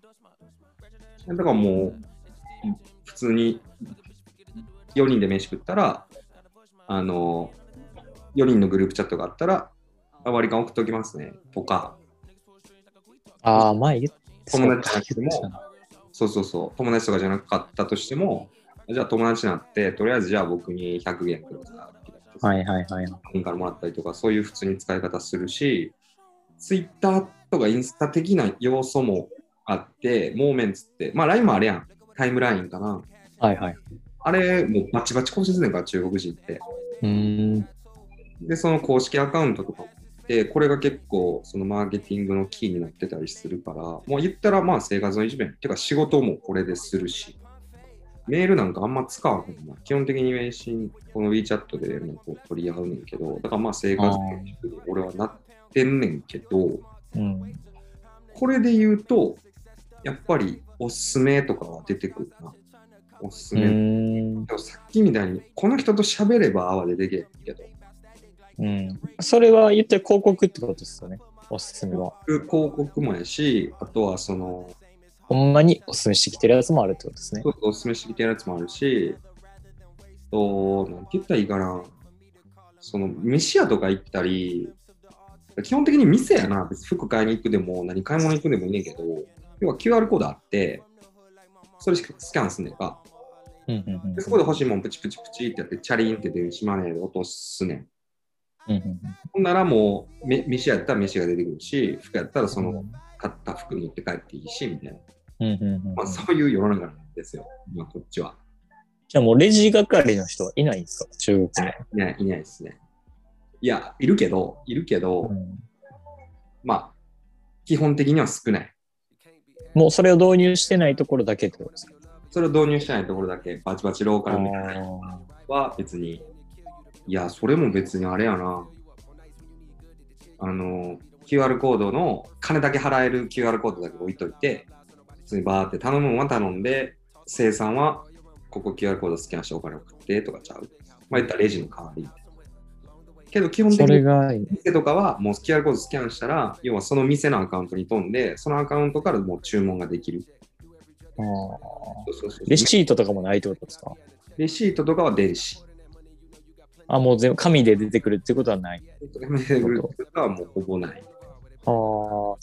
Speaker 4: だからもう、普通に4人で飯食ったら、あの、4人のグループチャットがあったら、あ割り勘送っておきますねとか、
Speaker 3: あー、前言って
Speaker 4: 友達じゃなくても
Speaker 3: そうか
Speaker 4: そうそうそう、友達とかじゃなかったとしても、じゃあ友達になって、とりあえずじゃあ僕に100元ください。
Speaker 3: はいはいはい。
Speaker 4: 本からもらったりとか、そういう普通に使い方するし、ツイッターとかインスタ的な要素もあって、モーメンツって、まあ LINE もあれやん、タイムラインかな。
Speaker 3: はいはい。
Speaker 4: あれ、もうバチバチ更新するねんから、中国人って。
Speaker 3: うーん。
Speaker 4: で、その公式アカウントとかもあって、これが結構、そのマーケティングのキーになってたりするから、もう言ったら、まあ生活の一部やん。てか仕事もこれでするし、メールなんかあんま使わへんな。基本的に返信、この WeChat で連絡を取り合うねんけど、だからまあ生活の一部に俺はなってんねんけど、
Speaker 3: うん。
Speaker 4: これで言うと、やっぱりおすすめとかは出てくるな。おすす
Speaker 3: う
Speaker 4: め。
Speaker 3: ーん
Speaker 4: でもさっきみたいに、この人と喋ればあは出てけへんけど、
Speaker 3: うん。それは言ってる広告ってことですよね。おすすめは。
Speaker 4: 広告もやし、あとはその、
Speaker 3: ほんまにおすすめしてきてるやつもあるってことですね
Speaker 4: ちょ。っとおすすめしてきてるやつもあるし、と、なんて言ったらいいかな、その、飯屋とか行ったり、基本的に店やな、別に服買いに行くでも、何買い物行くでもいいねんけど、要は QR コードあって、それしかスキャンすんねんか。
Speaker 3: うんうんうん
Speaker 4: でそこで欲しいもんプチプチプチってやって、チャリンって電子マネーで落とすねん。
Speaker 3: うんうん
Speaker 4: ほんならもう、め飯屋やったら飯が出てくるし、服やったらそ
Speaker 3: うん
Speaker 4: の、買った服持って帰っていいし、みたいな。
Speaker 3: うんうんうん
Speaker 4: まあ、そういう世の中なんですよ、まあ、こっちは。
Speaker 3: じゃあもうレジ係の人はいないんですか中国に。
Speaker 4: いない、いないですね。いや、いるけど、いるけど、
Speaker 3: うん
Speaker 4: まあ、基本的には少ない。
Speaker 3: もうそれを導入してないところだけってことですか
Speaker 4: それを導入してないところだけ、バチバチローカルみたいなの
Speaker 3: あ
Speaker 4: は別に、いや、それも別にあれやな。あの、QR コードの、金だけ払える QR コードだけ置いといて、普通にバーって頼むもんは頼んで、生産は、ここ QR コードスキャンしてお金送ってとかちゃう。まあ、言ったらレジの代わり。けど、基本
Speaker 3: ーそ
Speaker 4: 的に
Speaker 3: れがいい。
Speaker 4: 店とかはもう QR コードスキャンしたら、要はその店のアカウントに飛んで、そのアカウントからもう注文ができる。
Speaker 3: あー
Speaker 4: そうそうそう
Speaker 3: レシートとかもないってことですか
Speaker 4: レシートとかは電子。
Speaker 3: あ、もう全部紙で出てくるってことはない。
Speaker 4: メールとかはもうほぼない。
Speaker 3: あ
Speaker 4: も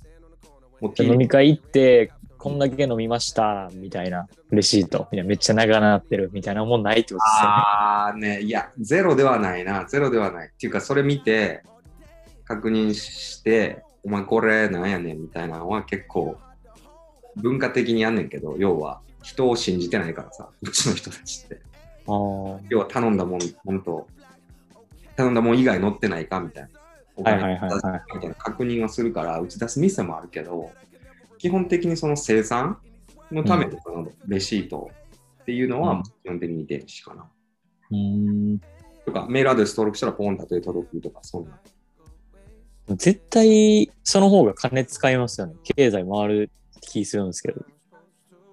Speaker 4: う
Speaker 3: あ。飲み会行って、こんだけ飲みました、みたいな、レシート。みたいなめっちゃ長なってる、みたいなもんないってことですよね。
Speaker 4: ああね、いや、ゼロではないな、ゼロではない。っていうか、それ見て、確認して、お前これなんやねんみたいなのは結構、文化的にやんねんけど、要は人を信じてないからさ、うちの人たちって。
Speaker 3: あー
Speaker 4: 要は頼んだもん、ものと、頼んだもん以外乗ってないかみたいな。お
Speaker 3: はい
Speaker 4: 金
Speaker 3: はいはいはい。
Speaker 4: みたいな確認はするから、打ち出す店もあるけど、基本的にその生産のためのそのレシートっていうの
Speaker 3: うん
Speaker 4: は、基本的に電子かな。
Speaker 3: うーん
Speaker 4: とか、メールアドレス登録したらポンだけ届くとか、そういうの。
Speaker 3: 絶対、その方が金使いますよね。経済回る気するんですけど。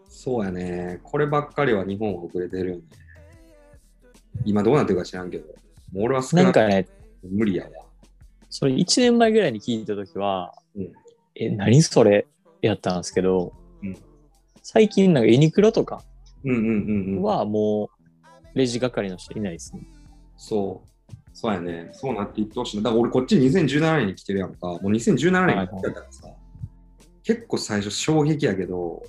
Speaker 4: そうやね。こればっかりは日本は遅れてるよね。今どうなってるか知らんけど、もう俺は少
Speaker 3: な
Speaker 4: なんく
Speaker 3: かね、
Speaker 4: 無理やわ。
Speaker 3: それ1年前ぐらいに聞いたときは、
Speaker 4: うん
Speaker 3: え、何それやったんですけど、
Speaker 4: うん
Speaker 3: 最近なんかユニクロとか
Speaker 4: うんうんうんうん。
Speaker 3: はもうレジ係の人いないですね。
Speaker 4: そう。そうやね。そうなっていってほしいな。だから俺こっち2017年に来てるやんか。もう2017年に来てたからさ。結構最初衝撃やけど、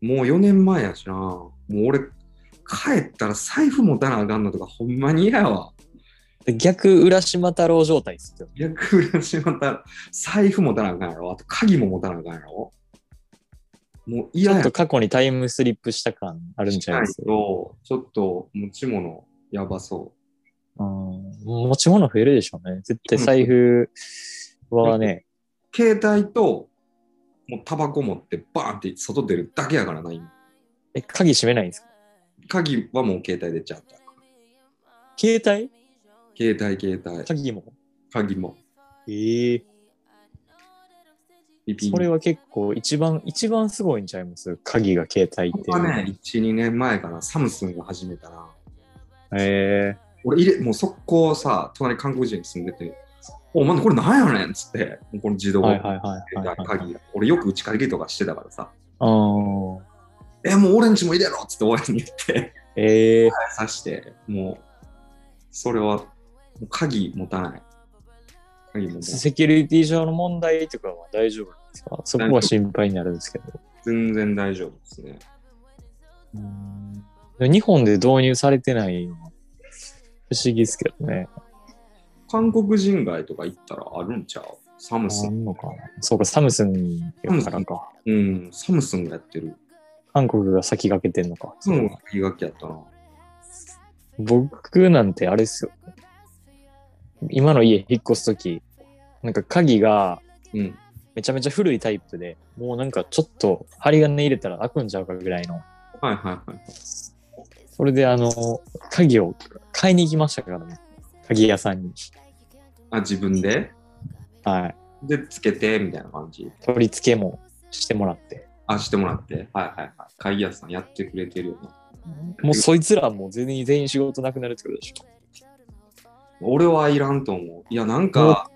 Speaker 4: もう4年前やしな。もう俺、帰ったら財布持たなあかんのとかほんまに嫌やわ。
Speaker 3: で逆浦島太郎状態ですよ。
Speaker 4: 逆にしまったら、財布持たなあかんやろ。あと鍵も持たなあかんやろ。もう
Speaker 3: ち
Speaker 4: 嫌
Speaker 3: ょ
Speaker 4: や
Speaker 3: っと過去にタイムスリップした感あるん
Speaker 4: し
Speaker 3: ちゃい
Speaker 4: ない
Speaker 3: ます、
Speaker 4: と、ちょっと持ち物やばそう。
Speaker 3: うん、持ち物増えるでしょうね。絶対財布はね、
Speaker 4: 携帯と、もうタバコ持ってバーンって外出るだけやからな、今。
Speaker 3: え、鍵閉めないんですか
Speaker 4: 鍵はもう携帯でちゃった。
Speaker 3: 携帯
Speaker 4: 携帯、携帯、
Speaker 3: 鍵も
Speaker 4: 鍵も。
Speaker 3: ええ
Speaker 4: リピー
Speaker 3: それは結構一番、一番すごいんちゃいます鍵が携帯っていう
Speaker 4: はね、1、2年前かな、サムスンが始めたな。
Speaker 3: え
Speaker 4: 俺入れ、もう速攻さ、隣韓国人住んでて、お前これなんやねんっつって、もうこの自動
Speaker 3: ー、は
Speaker 4: で
Speaker 3: いはいはいはい、はい。
Speaker 4: 鍵、俺よく打ち鍵とかしてたからさ、
Speaker 3: あー
Speaker 4: え、もう俺んちも入れろっつって親に言って、
Speaker 3: えー、
Speaker 4: 刺して、もう、それは、もう鍵持たない。鍵持たない。
Speaker 3: セキュリティ上の問題とかは大丈夫なんですかそこは心配になるんですけど。
Speaker 4: 全然大丈夫ですね。
Speaker 3: でも日本で導入されてないのは不思議ですけどね。
Speaker 4: 韓国人街とか行ったらあるんちゃうサムス
Speaker 3: あ
Speaker 4: ン。
Speaker 3: んのかなそうか、サムスンやからか。
Speaker 4: うん、サムスンがやってる。
Speaker 3: 韓国が先駆けてんのか。
Speaker 4: サムスンが言い書きやったな。
Speaker 3: 僕なんてあれですよ。今の家引っ越すとき、なんか鍵が
Speaker 4: うん。
Speaker 3: めちゃめちゃ古いタイプで、もうなんかちょっと針金入れたら開くんちゃうかぐらいの。
Speaker 4: はいはいはい。
Speaker 3: それであの、鍵を買いに行きましたからね。鍵屋さんに。
Speaker 4: あ、自分で
Speaker 3: はい。
Speaker 4: で、つけて、みたいな感じ。
Speaker 3: 取り付けもしてもらって。
Speaker 4: あ、してもらって。はいはいはい。鍵屋さんやってくれてるよね。
Speaker 3: もうそいつらもう全員全員仕事なくなるってことでしょ。
Speaker 4: 俺はいらんと思う。いや、なんか、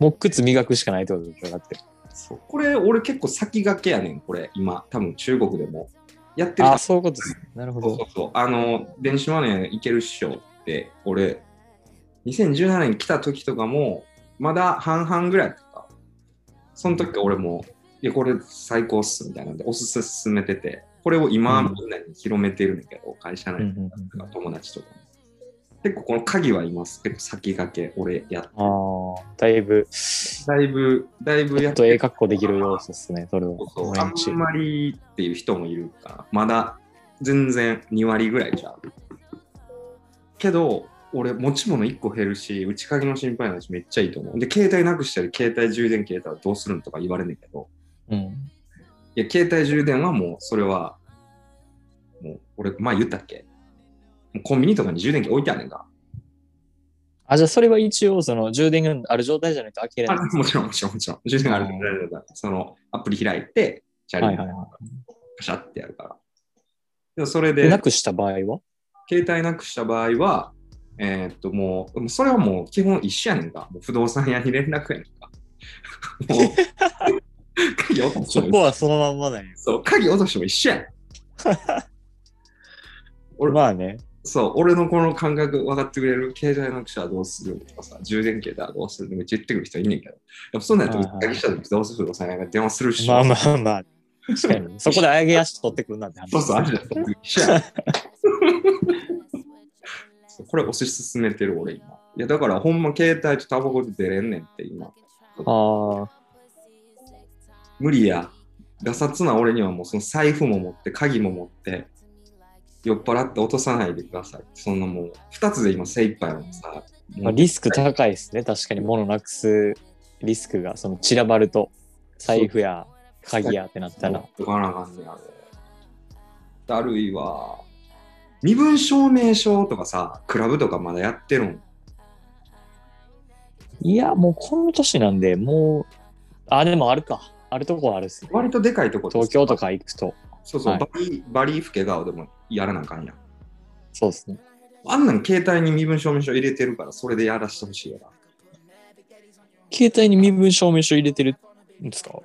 Speaker 3: もう靴磨くしかないってことでしょ。だって。
Speaker 4: そうこれ、俺結構先駆けやねん、これ、今。多分中国でも。やってる
Speaker 3: あ
Speaker 4: 人
Speaker 3: あ、そういうことですね。なるほ
Speaker 4: そうそ
Speaker 3: ど。
Speaker 4: うそう。あの、電子マネーいけるっしょって、俺、2017年来た時とかも、まだ半々ぐらいとか、その時俺も、いや、これ最高っすみたいなんで、おすすめ進めてて、これを今、
Speaker 3: うん
Speaker 4: みんなに広めてるんだけど、会社
Speaker 3: うんう
Speaker 4: 内
Speaker 3: ん
Speaker 4: とか友達とかに。結構この鍵は今、結構先駆け、俺やってる
Speaker 3: うん、ああ、だいぶ、
Speaker 4: だいぶ、だいぶ
Speaker 3: ちょ
Speaker 4: や
Speaker 3: っ
Speaker 4: っ
Speaker 3: と
Speaker 4: て
Speaker 3: え
Speaker 4: る
Speaker 3: え格好できる要素ですね、それは
Speaker 4: そうそう。あ
Speaker 3: 毎日
Speaker 4: んまりっていう人もいるから、まだ全然2割ぐらいじゃう。けど、俺、持ち物1個減るし、打ち鍵の心配ないし、めっちゃいいと思う。で、携帯なくしたり、携帯充電切れたらどうするんとか言われんねんけど、
Speaker 3: うん。
Speaker 4: いや、携帯充電はもう、それは、もう、俺、前言ったっけもうコンビニとかに充電器置いてあんねんか。
Speaker 3: あ、じゃあそれは一応、その充電がある状態じゃないと開けれ
Speaker 4: あ
Speaker 3: ない。
Speaker 4: もちろん、もちろん、もちろん。充電があるから大丈夫だ。その、アプリ開いて、チャリ
Speaker 3: は
Speaker 4: ン
Speaker 3: いは
Speaker 4: パ
Speaker 3: いは
Speaker 4: シャってやるから。でもそれ
Speaker 3: い。で
Speaker 4: で
Speaker 3: な、くした場合は
Speaker 4: 携帯なくした場合は、えーっともう、それはもう基本一緒やねんか。もう不動産屋に連絡やねんか。 もう、鍵落として
Speaker 3: そ
Speaker 4: も
Speaker 3: こはそのまんまだよ。
Speaker 4: そう、鍵落としても一緒やん。俺
Speaker 3: まあね。
Speaker 4: そう、俺のこの感覚分かってくれる、携帯なくしたらどうするとかさ、充電器だどうするとか言ってくる人いんねんけど、やっぱそんなんやっ
Speaker 3: はい
Speaker 4: たら、
Speaker 3: はい
Speaker 4: 鍵した時どうする不動産屋が電話するし、
Speaker 3: まあまあまあ。 確かに。そこで上げ足取ってくるなんて話。
Speaker 4: そうそう、あるじゃん。一緒やんそうこれ推し進めてる俺今。いやだからほんま携帯とタバコで出れんねんって今。
Speaker 3: あ
Speaker 4: 無理や。ガサツな俺にはもうその財布も持って、鍵も持って、酔っ払って落とさないでください。そんなもう、二つで今精一杯なのさ。
Speaker 3: ーまあ、リスク高いですね。確かに物なくすリスクが、その散らばると、財布や鍵やってなったら。
Speaker 4: とかなあかんねやろ。あるいは、身分証明書とかさ、クラブとかまだやってるん。
Speaker 3: いや、もうこの年なんで、もう、あ、でもあるか。あるとこはあるっすね。
Speaker 4: 割とでかいとこ
Speaker 3: 東京とか行くと、
Speaker 4: そうそう、
Speaker 3: はい
Speaker 4: バリバリ老け顔でもやらなあかんやん。
Speaker 3: そうですね。
Speaker 4: あんなん携帯に身分証明書入れてるから、それでやらしてほしいやな。
Speaker 3: 携帯に身分証明書入れてるんですか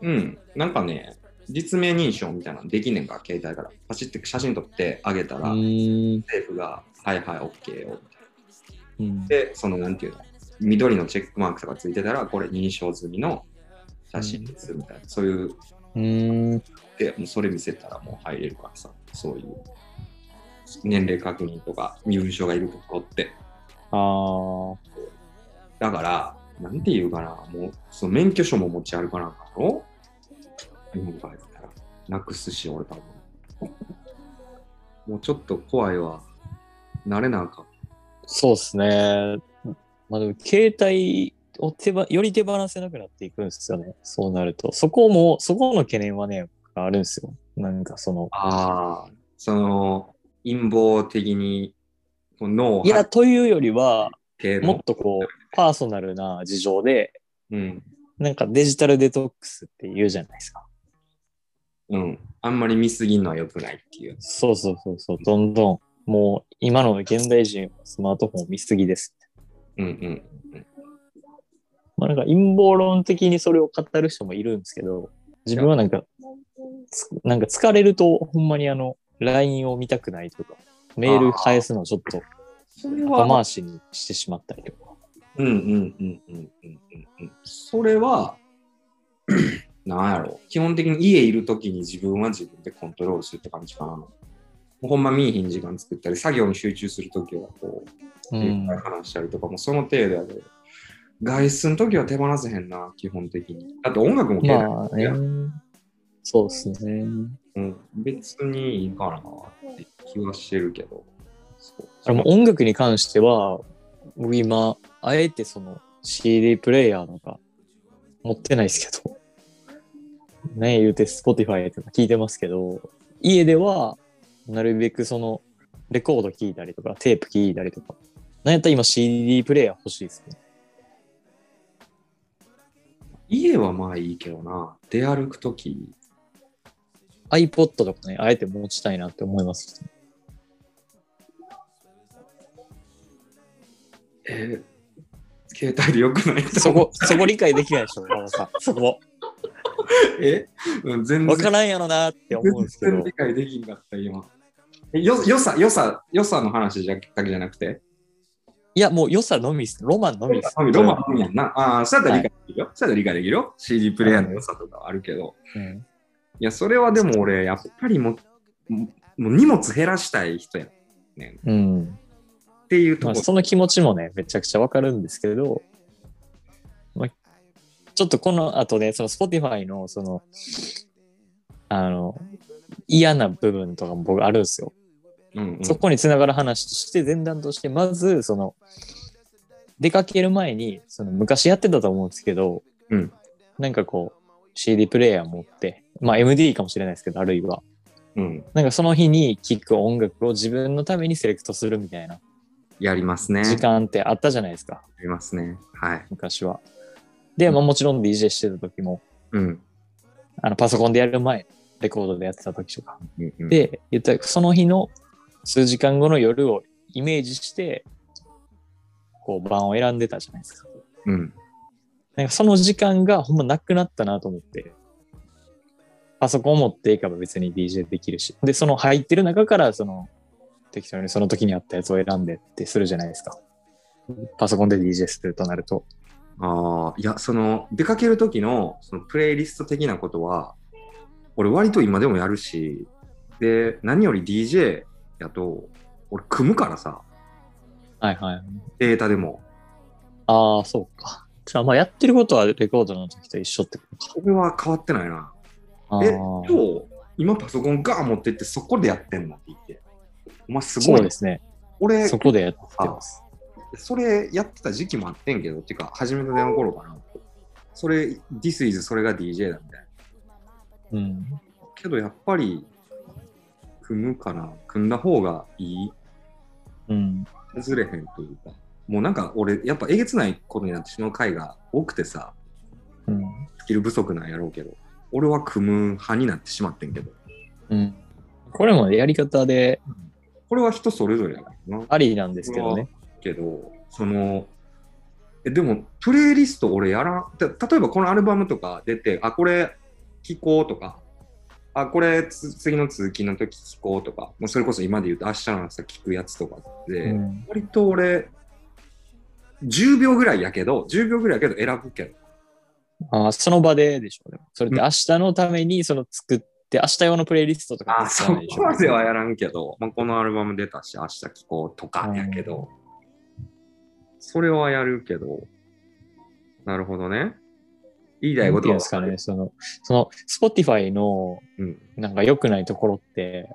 Speaker 4: うん、なんかね、実名認証みたいなのできんねんから、携帯から。パシって写真撮ってあげた
Speaker 3: う
Speaker 4: ら、
Speaker 3: ーん。
Speaker 4: 政府が、はいはい、OK よ。
Speaker 3: うん
Speaker 4: で、そのなんていうの、緑のチェックマークとかついてたら、これ認証済みの写真ですみたいな、そういう、
Speaker 3: うーん。
Speaker 4: で、もうそれ見せたらもう入れるからさ、そういう。年齢確認とか身分証がいるところって。
Speaker 3: ああ。
Speaker 4: だから、なんていうかな、もう、その免許証も持ち歩かなあかんの日本帰ったら。なくすし、俺多分。もうちょっと怖いわ。慣れなあかん。
Speaker 3: そうですね。まあでも、携帯を手ば、より手放せなくなっていくんですよね。そうなると。そこも、そこの懸念はね、あるんですよ。なんかその、
Speaker 4: ああ、その、陰謀的に、こう脳を
Speaker 3: いや、というよりは、
Speaker 4: 系
Speaker 3: もっとこう、パーソナルな事情で、
Speaker 4: う。うん。
Speaker 3: なんかデジタルデトックスって言うじゃないですか。
Speaker 4: うん。あんまり見すぎんのは良くないっていう。
Speaker 3: そうそうそうそう、どんどんもう今の現代人はスマートフォンを見すぎです。
Speaker 4: うんうん。
Speaker 3: まあなんか陰謀論的にそれを語る人もいるんですけど、自分はなんか、つなんか疲れるとほんまにあの、LINE を見たくないとか、メール返すのをちょっと
Speaker 4: それ
Speaker 3: 後
Speaker 4: は、
Speaker 3: 回しにしてしまったりとか。
Speaker 4: うんうんうんうんうんうんうん。それは、 なんやろう。基本的に家いるときに自分は自分でコントロールするって感じかな。もうほんま見えひん時間作ったり、作業に集中するときはこう、
Speaker 3: う
Speaker 4: いっ
Speaker 3: ん
Speaker 4: ぱい。話したりとかもその程度やで。外出の時は手放せへんな、基本的に。だって音楽も嫌い、
Speaker 3: まあね。そうですね。
Speaker 4: うん、別にいいかなって気はしてるけど。そう
Speaker 3: あの音楽に関しては、僕今、あえてその CD プレイヤーなんか持ってないですけど、ね言うて Spotify とか聞いてますけど、家ではなるべくそのレコード聞いたりとかテープ聞いたりとか、なんやったら今 CD プレイヤー欲しいですね。
Speaker 4: 家はまあいいけどな、出歩く時
Speaker 3: iPod とかね、あえて持ちたいなって思います。
Speaker 4: えー携帯でよくないと
Speaker 3: そ
Speaker 4: 思う
Speaker 3: こ、そこ理解できないでしょ、馬場さん。そこ。
Speaker 4: え、うん、全
Speaker 3: わか
Speaker 4: 然
Speaker 3: らんやろなって思うんですけ
Speaker 4: 全 然
Speaker 3: ど
Speaker 4: 理。解できんかった、今。えよよさ、よさ、よさの話じゃだけじゃなくて。
Speaker 3: いや、もう良さのみっす。ロマンのみっす。
Speaker 4: ロマンやんな。ああ、そうやったら理解できるよ。そうやったら理解できるよ。CD プレイヤーの良さとかはあるけど。
Speaker 3: うん
Speaker 4: いや、それはでも俺、やっぱりもう、もうもう荷物減らしたい人やんっ
Speaker 3: うん。
Speaker 4: ていうと
Speaker 3: ま
Speaker 4: こ
Speaker 3: あ、その気持ちもね、めちゃくちゃわかるんですけど、まあ、ちょっとこの後ね、その Spotify の、その、あの、嫌な部分とかも僕あるんですよ。
Speaker 4: うんうん
Speaker 3: そこにつながる話として、前段として、まず、その、出かける前に、その昔やってたと思うんですけど、
Speaker 4: うん
Speaker 3: なんかこう、CD プレイヤー持って、まあ MD かもしれないですけど、あるいは、
Speaker 4: うん、
Speaker 3: なんかその日に聴く音楽を自分のためにセレクトするみたいな
Speaker 4: やりますね。
Speaker 3: 時間ってあったじゃないですか。
Speaker 4: やりますね。はい。
Speaker 3: 昔は。で、まあ、もちろん DJ してた時も、
Speaker 4: うん。
Speaker 3: あのパソコンでやる前、レコードでやってた時とか。
Speaker 4: うんうん、
Speaker 3: で、言ったらその日の数時間後の夜をイメージして、こう、番を選んでたじゃないですか。
Speaker 4: うん。
Speaker 3: なんかその時間がほんまなくなったなと思って、パソコン持っていけば別に DJ できるし、で、その入ってる中から、その、適当にその時にあったやつを選んでってするじゃないですか。パソコンで DJ するとなると。
Speaker 4: ああ、いや、その、出かける時の、その、プレイリスト的なことは、俺、割と今でもやるし、で、何より DJ やと、俺、組むからさ、
Speaker 3: はいはい。
Speaker 4: データでも。
Speaker 3: ああ、そうか。じゃあ、まあ、やってることはレコードの時と一緒ってことか。
Speaker 4: これは変わってないな。
Speaker 3: あ
Speaker 4: え、
Speaker 3: ー
Speaker 4: 今日、今パソコンガーン持ってって、そこでやってんのって言って。お前すご
Speaker 3: そう
Speaker 4: い
Speaker 3: で。すね。
Speaker 4: 俺、
Speaker 3: そ
Speaker 4: そ
Speaker 3: こでやってます。
Speaker 4: れやってた時期もあってんけど、てか、初めての頃かな。それ、This is それが DJ だみたいな。
Speaker 3: うん。
Speaker 4: けど、やっぱり、組むかな。組んだ方がいい。
Speaker 3: うん。
Speaker 4: ずれへんというか。もうなんか俺、やっぱえげつないことになってしまう回が多くてさ、
Speaker 3: うん。
Speaker 4: スキル不足なんやろうけど、俺は組む派になってしまってんけど、
Speaker 3: うん。これもやり方で
Speaker 4: これは人それぞれやからな。
Speaker 3: ありなんですけどね。
Speaker 4: けど、その、えでも、プレイリスト俺やらん、た例えばこのアルバムとか出て、あ、これ聴こうとか、あ、これつ次の通勤の時聴こうとか、もうそれこそ今で言うと明日の朝聴くやつとかで、
Speaker 3: うん
Speaker 4: 割と俺、10秒ぐらいやけど、10秒ぐらいやけど選ぶけど、
Speaker 3: あーその場ででしょうね。それって明日のためにその作って、明日用のプレイリストとか
Speaker 4: あ、
Speaker 3: 作
Speaker 4: そ
Speaker 3: らないでしょ
Speaker 4: こまではやらんけど、まあ、このアルバム出たし、明日聴こうとかやけど、それはやるけど、なるほどね。言いたい
Speaker 3: な
Speaker 4: こ
Speaker 3: んて
Speaker 4: と
Speaker 3: いうん
Speaker 4: は
Speaker 3: ですかね。その、その、Spotify の
Speaker 4: うん。
Speaker 3: なんか良くないところって、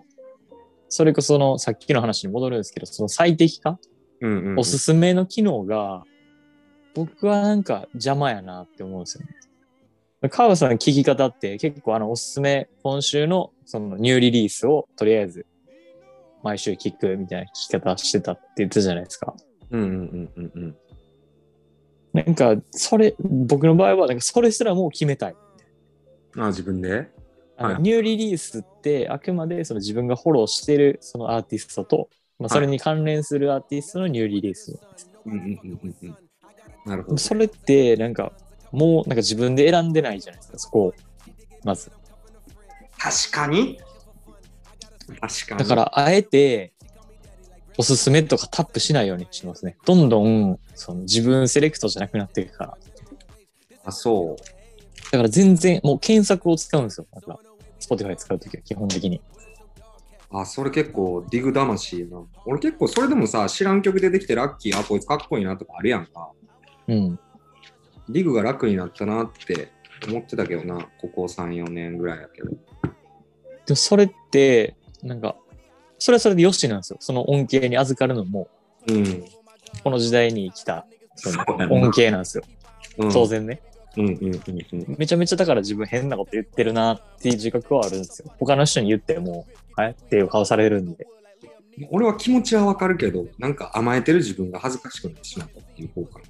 Speaker 3: それこそのさっきの話に戻るんですけど、その最適化
Speaker 4: うんうんうん
Speaker 3: おすすめの機能が、僕はなんか邪魔やなって思うんですよね。川場さんの聞き方って結構あのおすすめ、今週のそのニューリリースをとりあえず毎週聞くみたいな聞き方してたって言ってたじゃないですか。
Speaker 4: うんうんうんうんうん。
Speaker 3: なんかそれ、僕の場合はなんかそれすらもう決めたい。
Speaker 4: あ、自分で
Speaker 3: あの
Speaker 4: はい
Speaker 3: ニューリリースってあくまでその自分がフォローしてるそのアーティストとまあ、それに関連するアーティストのニューリリース。
Speaker 4: うんうんうんうんうん。なるほど。
Speaker 3: それって、なんか、もう、なんか自分で選んでないじゃないですか、そこを。まず。
Speaker 4: 確かに。確かに。
Speaker 3: だか、ら、あえて、おすすめとかタップしないようにしますね。どんどん、その自分セレクトじゃなくなっていくから。
Speaker 4: あ、そう。
Speaker 3: だから全然、もう検索を使うんですよ。だから、Spotify 使うときは基本的に。
Speaker 4: あ、それ結構、ディグ魂やな。俺結構、それでもさ、知らん曲出てきてラッキー、あ、こいつかっこいいなとかあるやんか。
Speaker 3: うん。
Speaker 4: ディグが楽になったなって思ってたけどな、ここ3、4年ぐらいやけど。
Speaker 3: でもそれって、なんか、それはそれでよしなんですよ。その恩恵に預かるのも、
Speaker 4: うん。
Speaker 3: この時代に生きたその
Speaker 4: そうやな
Speaker 3: 恩恵なんですよ。
Speaker 4: うん、
Speaker 3: 当然ね。
Speaker 4: うんうんうんうん。
Speaker 3: めちゃめちゃだから自分変なこと言ってるなっていう自覚はあるんですよ。他の人に言っても、はいっていう顔されるんで。
Speaker 4: 俺は気持ちはわかるけど、なんか甘えてる自分が恥ずかしくなってしまったっていう方かな。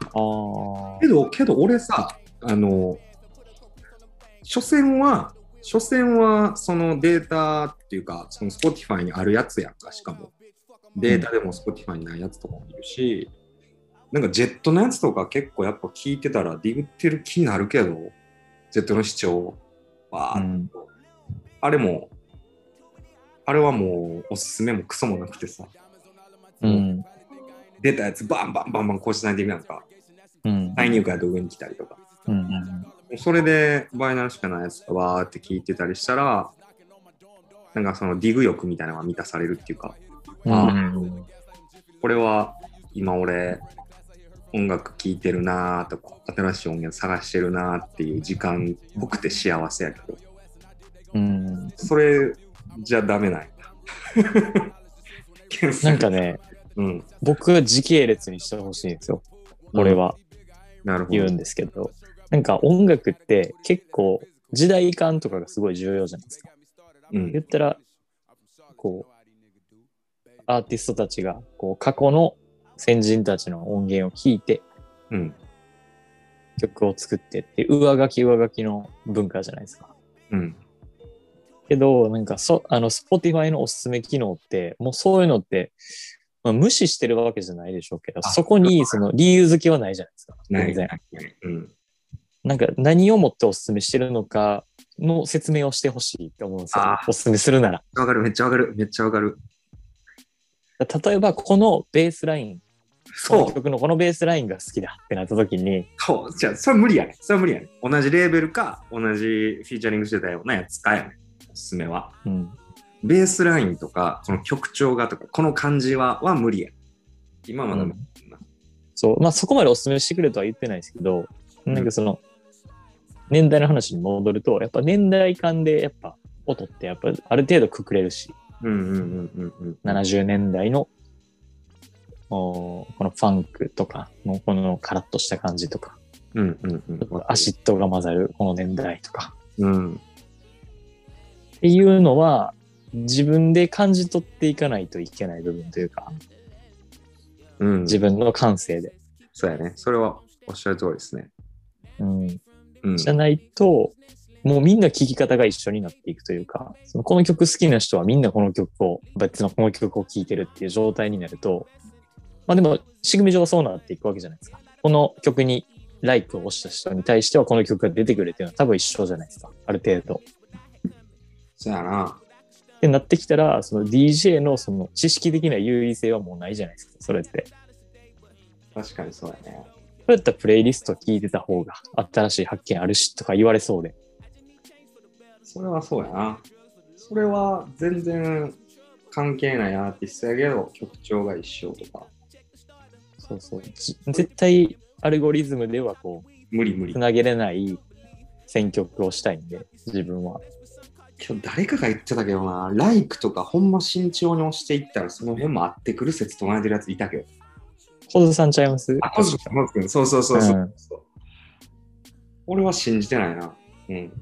Speaker 3: ああ。
Speaker 4: けど、けど俺さ、あの、所詮は、所詮はそのデータっていうか、その Spotify にあるやつやんか、しかも。データでも Spotify にないやつとかもいるし、なんかジェットのやつとか結構やっぱ聞いてたらディグってる気になるけど、ジェットの視聴は、
Speaker 3: うん
Speaker 4: あれも、あれはもうおすすめもクソもなくてさ、
Speaker 3: うん。
Speaker 4: 出たやつバンバンバンバンこうしないといけないのか、
Speaker 3: うん。
Speaker 4: 再入会で上に来たりとか。
Speaker 3: うん。
Speaker 4: それでバイナルしかないやつとかわーって聞いてたりしたら、なんかそのディグ欲みたいなのが満たされるっていうか、
Speaker 3: うん。
Speaker 4: これは今俺音楽聴いてるなーとか、新しい音源探してるなーっていう時間っぽくて幸せやけど、
Speaker 3: うん。
Speaker 4: それじゃダメなんや。検索
Speaker 3: なんか、ね、
Speaker 4: うん、
Speaker 3: 僕は時系列にしてほしいんですよ。俺は
Speaker 4: なるほ
Speaker 3: 言う
Speaker 4: ど
Speaker 3: ん。ですけど。なんか音楽って結構時代感とかがすごい重要じゃないですか。
Speaker 4: うん
Speaker 3: 言ったら、こう、アーティストたちがこう過去の先人たちの音源を聞いて、
Speaker 4: うん、
Speaker 3: 曲を作ってっていう上書き上書きの文化じゃないですか。
Speaker 4: うん、
Speaker 3: けど、なんかそ、あの、Spotify のおすすめ機能って、もうそういうのって、まあ、無視してるわけじゃないでしょうけど、
Speaker 4: あ
Speaker 3: そこにその理由付けはないじゃないですか。
Speaker 4: ない
Speaker 3: 全然。
Speaker 4: うん。
Speaker 3: なんか何をもっておすすめしてるのかの説明をしてほしいって思うんですよ、
Speaker 4: あ
Speaker 3: おすすめするなら。
Speaker 4: わかる、めっちゃわかる、めっちゃわかる。
Speaker 3: 例えば、このベースライン、こ
Speaker 4: そう
Speaker 3: の曲のこのベースラインが好きだってなった時に、
Speaker 4: そう、じゃあ、それは無理やねん。それは無理やねん。同じレーベルか、同じフィーチャリングしてたようなやつかやねん。おすすめは。
Speaker 3: うん、
Speaker 4: ベースラインとか、その曲調がとか、この感じは、は無理や。今まだ、
Speaker 3: うんそう、まあそこまでおすすめしてくれとは言ってないですけど、
Speaker 4: ん
Speaker 3: なんかその、年代の話に戻ると、やっぱ年代間でやっぱ音ってやっぱある程度くくれるし、
Speaker 4: うんうんうんうんうん。
Speaker 3: 70年代の、おーこのファンクとかのこのカラッとした感じとか、
Speaker 4: うんうんうん。
Speaker 3: アシッドが混ざるこの年代とか
Speaker 4: うん。
Speaker 3: っていうのは自分で感じ取っていかないといけない部分というか、
Speaker 4: うん。
Speaker 3: 自分の感性で。
Speaker 4: そうやね。それはおっしゃる通りですね。
Speaker 3: うん、
Speaker 4: うん。
Speaker 3: じゃないと、もうみんな聴き方が一緒になっていくというか、そのこの曲好きな人はみんなこの曲を、別のこの曲を聴いてるっていう状態になると、まあでも、仕組み上はそうなっていくわけじゃないですか。この曲に、ライクを押した人に対してはこの曲が出てくるっていうのは多分一緒じゃないですか。ある程度。
Speaker 4: そうやな。
Speaker 3: ってなってきたら、その DJ のその知識的な優位性はもうないじゃないですか。それって。
Speaker 4: 確かにそうやね。
Speaker 3: そうやったらプレイリスト聞いてた方が新しい発見あるしとか言われそうで。
Speaker 4: それはそうやな。それは全然関係ないアーティストやけど、曲調が一緒とか。
Speaker 3: そうそう。じ絶対アルゴリズムではこう、
Speaker 4: 無理無理
Speaker 3: つ。なげれない選曲をしたいんで、自分は。
Speaker 4: 今日誰かが言ってたけどな、ライクとかほんま慎重に押していったらその辺も合ってくる説唱えてるやついたけど。
Speaker 3: 小津さんちゃいます
Speaker 4: あ、そうそうそうそうそうそう
Speaker 3: うん
Speaker 4: 俺は信じてないな。うん。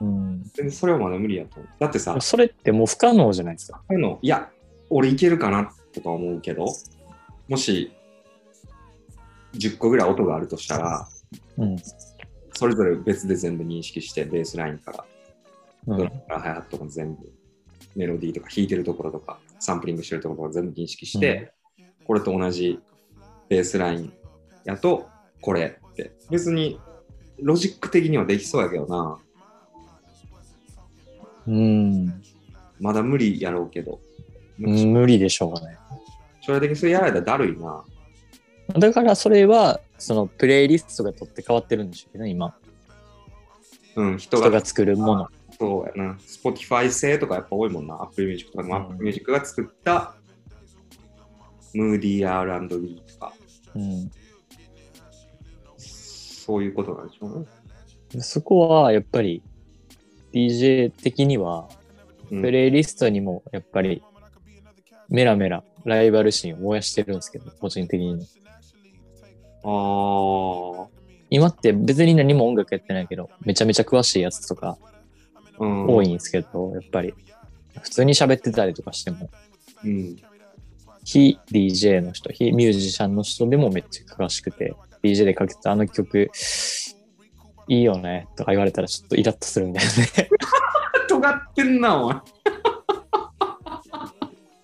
Speaker 3: うん、
Speaker 4: 全然それはまだ無理やと思う。だってさ、こ
Speaker 3: それってもう不可能じゃないですか。
Speaker 4: ういうの、いや、俺いけるかなとか思うけど、もし10個ぐらい音があるとしたら、
Speaker 3: うん。
Speaker 4: それぞれ別で全部認識して、ベースラインから、
Speaker 3: う
Speaker 4: ドラ
Speaker 3: ん
Speaker 4: ムからハイハットも全部。メロディーとか弾いてるところとかサンプリングしてるところとか全部認識して、これと同じベースラインやとこれって別にロジック的にはできそうやけどな
Speaker 3: うん。
Speaker 4: まだ無理やろうけど
Speaker 3: うん無理でしょうね。
Speaker 4: 将来的にそれやられたらだるいな
Speaker 3: だからそれは、そのプレイリストが取って変わってるんでしょうけど、今。
Speaker 4: うん人
Speaker 3: 人
Speaker 4: が
Speaker 3: が作るもの。
Speaker 4: そうやな Spotify 製とかやっぱ多いもんな Apple Music とかも
Speaker 3: うん
Speaker 4: Apple Music が作ったムーディー R&B とか
Speaker 3: うん。
Speaker 4: そういうことなんでしょうね
Speaker 3: そこはやっぱり DJ 的には
Speaker 4: うん
Speaker 3: プレイリストにもやっぱりメラメラライバル心を燃やしてるんですけど個人的に
Speaker 4: あー
Speaker 3: 今って別に何も音楽やってないけどめちゃめちゃ詳しいやつとか
Speaker 4: うん
Speaker 3: 多いんですけど、やっぱり普通に喋ってたりとかしても
Speaker 4: うん
Speaker 3: 非 DJ の人非ミュージシャンの人でもめっちゃ詳しくて DJ でかけてたあの曲いいよねとか言われたらちょっとイラッとするんだよ ね
Speaker 4: 尖ってんなお前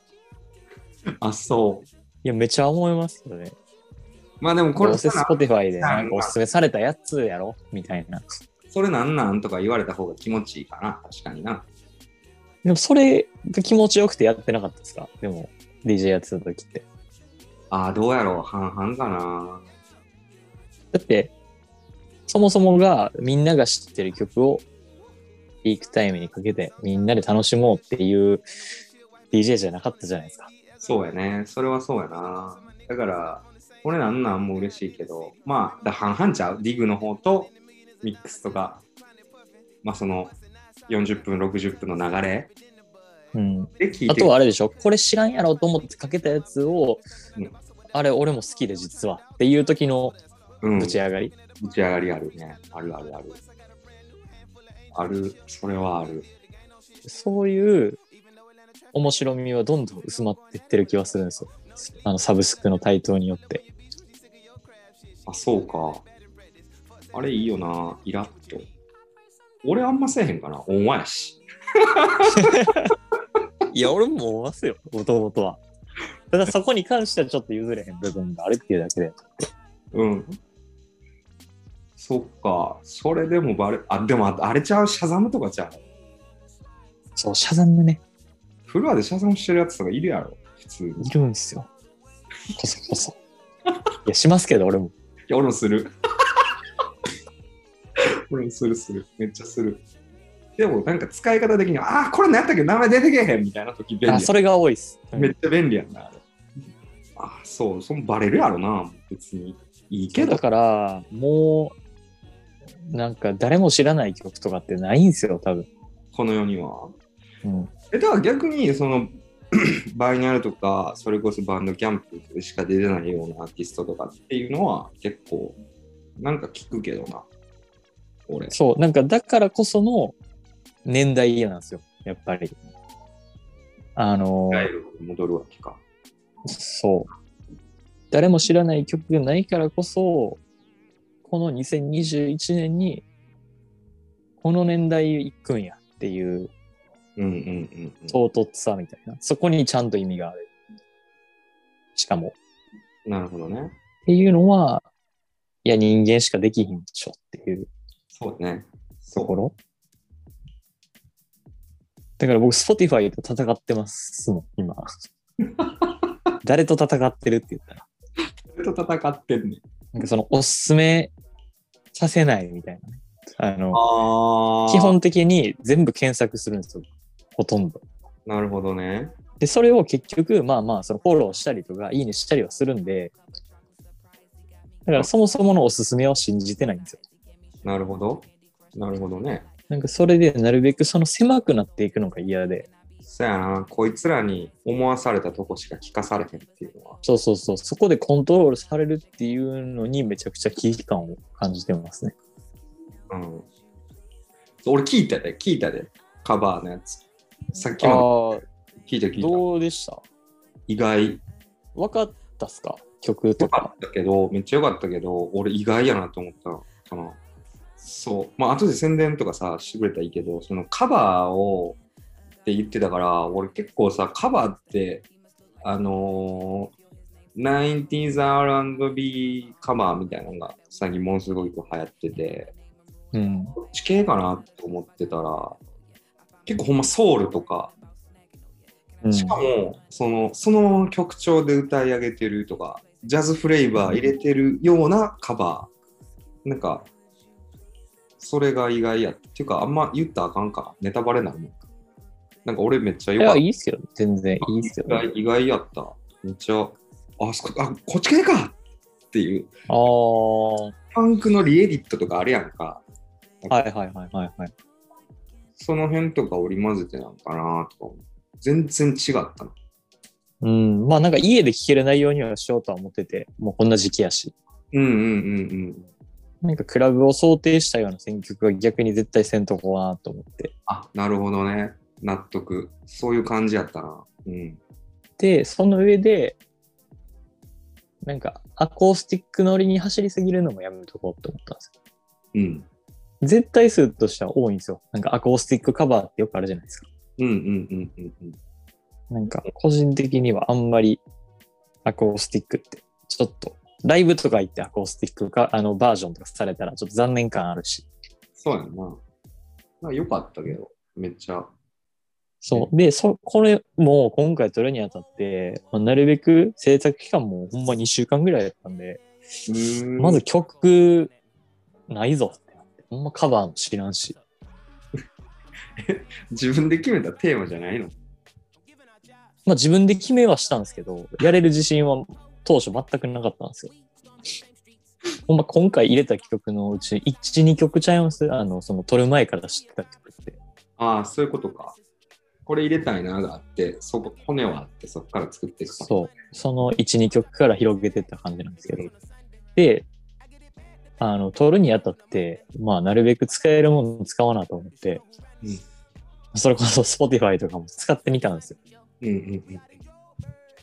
Speaker 4: あそう
Speaker 3: いや、めちゃ思いますよね。
Speaker 4: まあでもこ
Speaker 3: これ
Speaker 4: れ
Speaker 3: ス
Speaker 4: さ
Speaker 3: ポティファイで
Speaker 4: さ
Speaker 3: なんかおすすめされたやつやろみたいな。
Speaker 4: それなんなんとか言われた方が気持ちいいかな確かにな
Speaker 3: でもそれが気持ちよくてやってなかったですかでも DJ やってた時って。
Speaker 4: ああどうやろう半々かな
Speaker 3: だって、そもそもがみんなが知ってる曲をピークタイムにかけてみんなで楽しもうっていう DJ じゃなかったじゃないですか。
Speaker 4: そうやね。それはそうやな。だから、これなんなんも嬉しいけど、まあ、だ半々ちゃう。ディグの方とミックスとか、まあその40分、60分の流れ
Speaker 3: うん。
Speaker 4: で聞いて
Speaker 3: あとはあれでしょこれ知らんやろと思ってかけたやつを、
Speaker 4: うん
Speaker 3: あれ俺も好きで実はっていう時の
Speaker 4: うん、
Speaker 3: ぶ
Speaker 4: ぶ
Speaker 3: ち
Speaker 4: ち
Speaker 3: 上がり。
Speaker 4: 上がりあるね。あるあるある。ある、それはある。
Speaker 3: そういう面白みはどんどん薄まっていってる気はするんですよ。あのサブスクの台頭によって。
Speaker 4: あ、そうか。あれいいよな。イラッと。俺あんませえへんかな。お前やし。
Speaker 3: いや、俺も思いますよ、もともとは。 ただそこに関してはちょっと譲れへん部分があるっていうだけで。
Speaker 4: うん。そっか。それでもバレ、あ、でもああれちゃう、シャザムとかちゃう。
Speaker 3: そう、シャザムね、
Speaker 4: フロアでシャザムしてるやつとかいるやろ、普通に。い
Speaker 3: いるんですよ。こそこそ。いや、しますけど、俺も。
Speaker 4: や、俺もする。 俺もするする。めっちゃする。でもなんか使い方的には、あー、これ何やったっけ名前出てけへんみたいな時便利や
Speaker 3: あ、
Speaker 4: ん
Speaker 3: それが多いっす。うん
Speaker 4: めっちゃ便利やんな、あれ。あ、そう、そのバレるやろな、別に。いいけど
Speaker 3: だ。から、もう、なんか誰も知らない曲とかってないんですよ、多分。
Speaker 4: この世には。
Speaker 3: うん、
Speaker 4: え、だから逆に、その、 バイナルとか、それこそバンドキャンプでしか出てないようなアーティストとかっていうのは、結構、なんか聞くけどな。俺。
Speaker 3: そう、なんかだからこその年代嫌なんですよ、やっぱり。あのー、
Speaker 4: ガイルに戻るわけか。
Speaker 3: そう。誰も知らない曲がないからこそ、この2021年に、この年代行くんやっていう
Speaker 4: うんうんうんうん。
Speaker 3: 唐突さみたいな。そこにちゃんと意味がある。しかも。
Speaker 4: なるほどね。
Speaker 3: っていうのは、いや人間しかできひんでしょっていう
Speaker 4: そうね。そ
Speaker 3: とこ
Speaker 4: う。
Speaker 3: ろ。だから僕、Spotify と戦ってますもん、今。誰と戦ってるって言ったら。
Speaker 4: それと戦ってんねん。
Speaker 3: なんかその、おすすめさせないみたいなね。あの、
Speaker 4: あー
Speaker 3: 基。本的に全部検索するんですよ。ほとんど。
Speaker 4: なるほどね。
Speaker 3: で、それを結局、まあまあ、そのフォローしたりとか、いいねしたりはするんで、だからそもそものおすすめを信じてないんですよ。
Speaker 4: なるほど。なるほどね。
Speaker 3: なんかそれでなるべくその狭くなっていくのが嫌で、
Speaker 4: そやな。こいつらに思わされたとこしか聞かされへんっていうのは。
Speaker 3: そうそうそう、そこでコントロールされるっていうのにめちゃくちゃ危機感を感じてますね。
Speaker 4: うん。そう俺聞いたで、聞いたで。カバーのやつ。さっき
Speaker 3: ああ
Speaker 4: まで聞いた聞
Speaker 3: ー、
Speaker 4: いた。
Speaker 3: どうでした
Speaker 4: 意外
Speaker 3: 分かったっすか曲と
Speaker 4: よか
Speaker 3: か。
Speaker 4: ったけど、めっちゃよかったけど、俺意外やなと思ったかな。そう。まあ、後で宣伝とかさ、してくれたらいいけど、そのカバーをって言ってたから、俺結構さ、カバーって、あのー、90s R&B カバーみたいなのが最近ものすごく流行ってて、
Speaker 3: うん。
Speaker 4: こっち系かなと思ってたら、結構ほんまソウルとか、
Speaker 3: うん
Speaker 4: しかもそのその曲調で歌い上げてるとかジャズフレーバー入れてるようなカバーなんかそれが意外やっていうかあんま言ったらあかんかネタバレなのなんか俺めっちゃ
Speaker 3: い
Speaker 4: よかっ
Speaker 3: や、
Speaker 4: た
Speaker 3: いいっすよ。全然いいっすよ。
Speaker 4: 意外意外やっためっちゃあそこあこっち系かっていう
Speaker 3: ああ。は
Speaker 4: パンクのリエディットとかあるやんか
Speaker 3: いはいはいはいはい。
Speaker 4: その辺とか織り交ぜてなんかなとか思う全然違ったの
Speaker 3: うん。まあなんか家で聴ける内容にはしようとは思ってて、もうこんな時期やし。
Speaker 4: うんうんうんうん
Speaker 3: なんかクラブを想定したような選曲は逆に絶対せんとこはなと思って。
Speaker 4: あなるほどね。納得。そういう感じやったな。うん。
Speaker 3: で、その上で、なんかアコースティック乗りに走りすぎるのもやめとこうと思ったんですよ。
Speaker 4: うん。
Speaker 3: 絶対数としては多いんですよ。なんかアコースティックカバーってよくあるじゃないですか。
Speaker 4: うんうんうんうんうん。
Speaker 3: なんか個人的にはあんまりアコースティックってちょっとライブとか行ってアコースティックかあのバージョンとかされたらちょっと残念感あるし。
Speaker 4: そうやんな。まあ、よかったけど、めっちゃ。
Speaker 3: そう。で、そ、これも今回撮るにあたって、まあ、なるべく制作期間もほんま2週間ぐらいだったんで、まず、曲ないぞってなって、ほんまカバーも知らんし。
Speaker 4: 自分で決めたテーマじゃないの。
Speaker 3: まあ自分で決めはしたんですけど、やれる自信は当初全くなかったんですよ。ほんま今回入れた曲のうち1、2曲ちゃいますあの、その撮る前から知ってた曲って。
Speaker 4: ああ、そういうことか。これ入れたいながあって、そこ、骨はあって、そこから作っていくと。
Speaker 3: そう。その1、2曲から広げてった感じなんですけど。で、あの、撮るにあたって、まあ、なるべく使えるもの使わなと思って、
Speaker 4: うん
Speaker 3: それこそ Spotify とかも使ってみたんですよ。
Speaker 4: うんうんうん。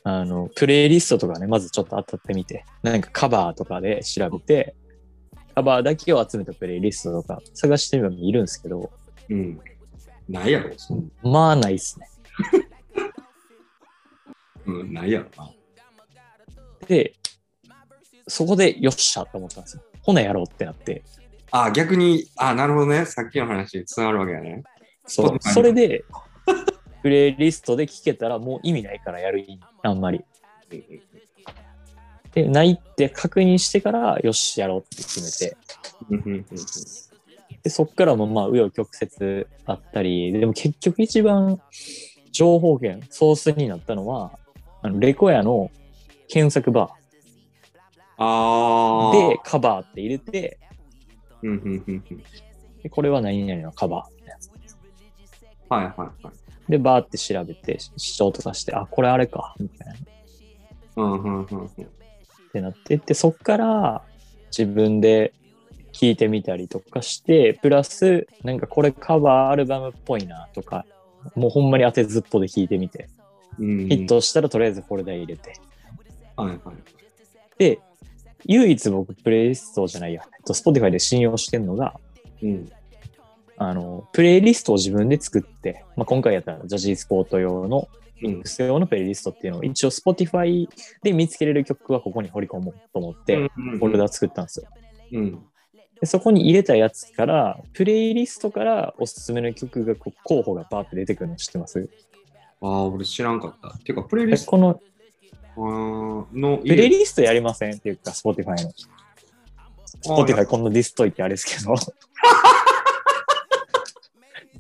Speaker 3: あの、プレイリストとかね、まずちょっと当たってみて、なんかカバーとかで調べて、カバーだけを集めたプレイリストとか探してみるいるんですけど、
Speaker 4: うん。ないやろ、そん
Speaker 3: まあないっすね。
Speaker 4: うん、ないやろな。
Speaker 3: で、そこでよっしゃと思ったんですよ。ほなやろうってなって。
Speaker 4: ああ、逆に、ああ、なるほどね。さっきの話につながるわけやね。
Speaker 3: そ
Speaker 4: Spotify
Speaker 3: う。それで、プレイリストで聴けたらもう意味ないからやる意味、あんまり。
Speaker 4: うんうん
Speaker 3: で、ないって確認してから、よし、やろうって決めて。
Speaker 4: うんうんうんうん
Speaker 3: で、そっからもまあ、紆余曲折あったり、でも結局一番情報源、ソースになったのは、あのレコヤの検索バ
Speaker 4: ああ。
Speaker 3: ーで、カバーって入れて、
Speaker 4: うんうんうんうん。
Speaker 3: でこれは何々のカバーみたいなやつ。
Speaker 4: はいはいはい。
Speaker 3: で、
Speaker 4: で
Speaker 3: バーって調べて、視聴とかして、あ、これあれか、みたいな。
Speaker 4: うんうんうんうん。
Speaker 3: ってなってってそっから自分で聞いてみたりとかしてプラスなんかこれカバーアルバムっぽいなとかもうほんまに当てずっぽで聞いてみて
Speaker 4: うん
Speaker 3: ヒットしたらとりあえずこれで入れて
Speaker 4: はいはい。
Speaker 3: で唯一僕プレイリストじゃないやえっと Spotify で信用してるのが
Speaker 4: うん。
Speaker 3: あのプレイリストを自分で作って、まあ、今回やったらジャジースポート用の
Speaker 4: うん
Speaker 3: ミック。ス用のプレイリストっていうのを一応 Spotify で見つけれる曲はここに掘り込もうと思ってフォルダ作ったんですよ
Speaker 4: うん。
Speaker 3: でそこに入れたやつから、プレイリストからおすすめの曲がこう候補がバーって出てくるの知ってます
Speaker 4: ああ、俺知らんかった。てか、プレイ
Speaker 3: で
Speaker 4: リスト
Speaker 3: この
Speaker 4: あーの
Speaker 3: プレイリストやりませんっていうか、Spotify の。
Speaker 4: あ
Speaker 3: Spotify こんなディストいってあれですけ ど。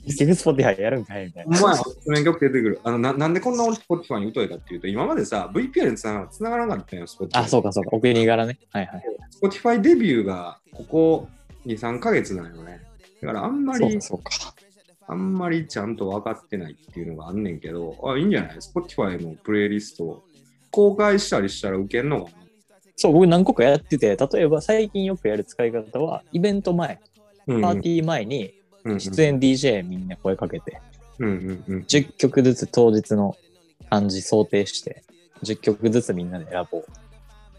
Speaker 3: 結局 Spotify やるんかいみたい
Speaker 4: お前、
Speaker 3: な。
Speaker 4: おすすめ曲出てくる。あのななんでこんな俺 Spotify に疎いかっていうと、今までさ、VPN につなつながらなかったんよ、Spotify。
Speaker 3: あ、そうかそうか。お国柄ね。はいはい。
Speaker 4: Spotify デビューがここ2、3ヶ月なんよね。だからあんま
Speaker 3: そう
Speaker 4: り
Speaker 3: か、そうか。
Speaker 4: あんまりちゃんと分かってないっていうのがあんねんけど、あいいんじゃない ?Spotify のプレイリスト公開したりしたら受けんのかな
Speaker 3: そう、僕何個かやってて、例えば最近よくやる使い方は、イベント前、
Speaker 4: うんうん
Speaker 3: パーティー前に
Speaker 4: うんうん
Speaker 3: 出演 DJ みんな声かけて、
Speaker 4: うんうんうん。
Speaker 3: 10曲ずつ当日の感じ想定して、10曲ずつみんなで選ぼう。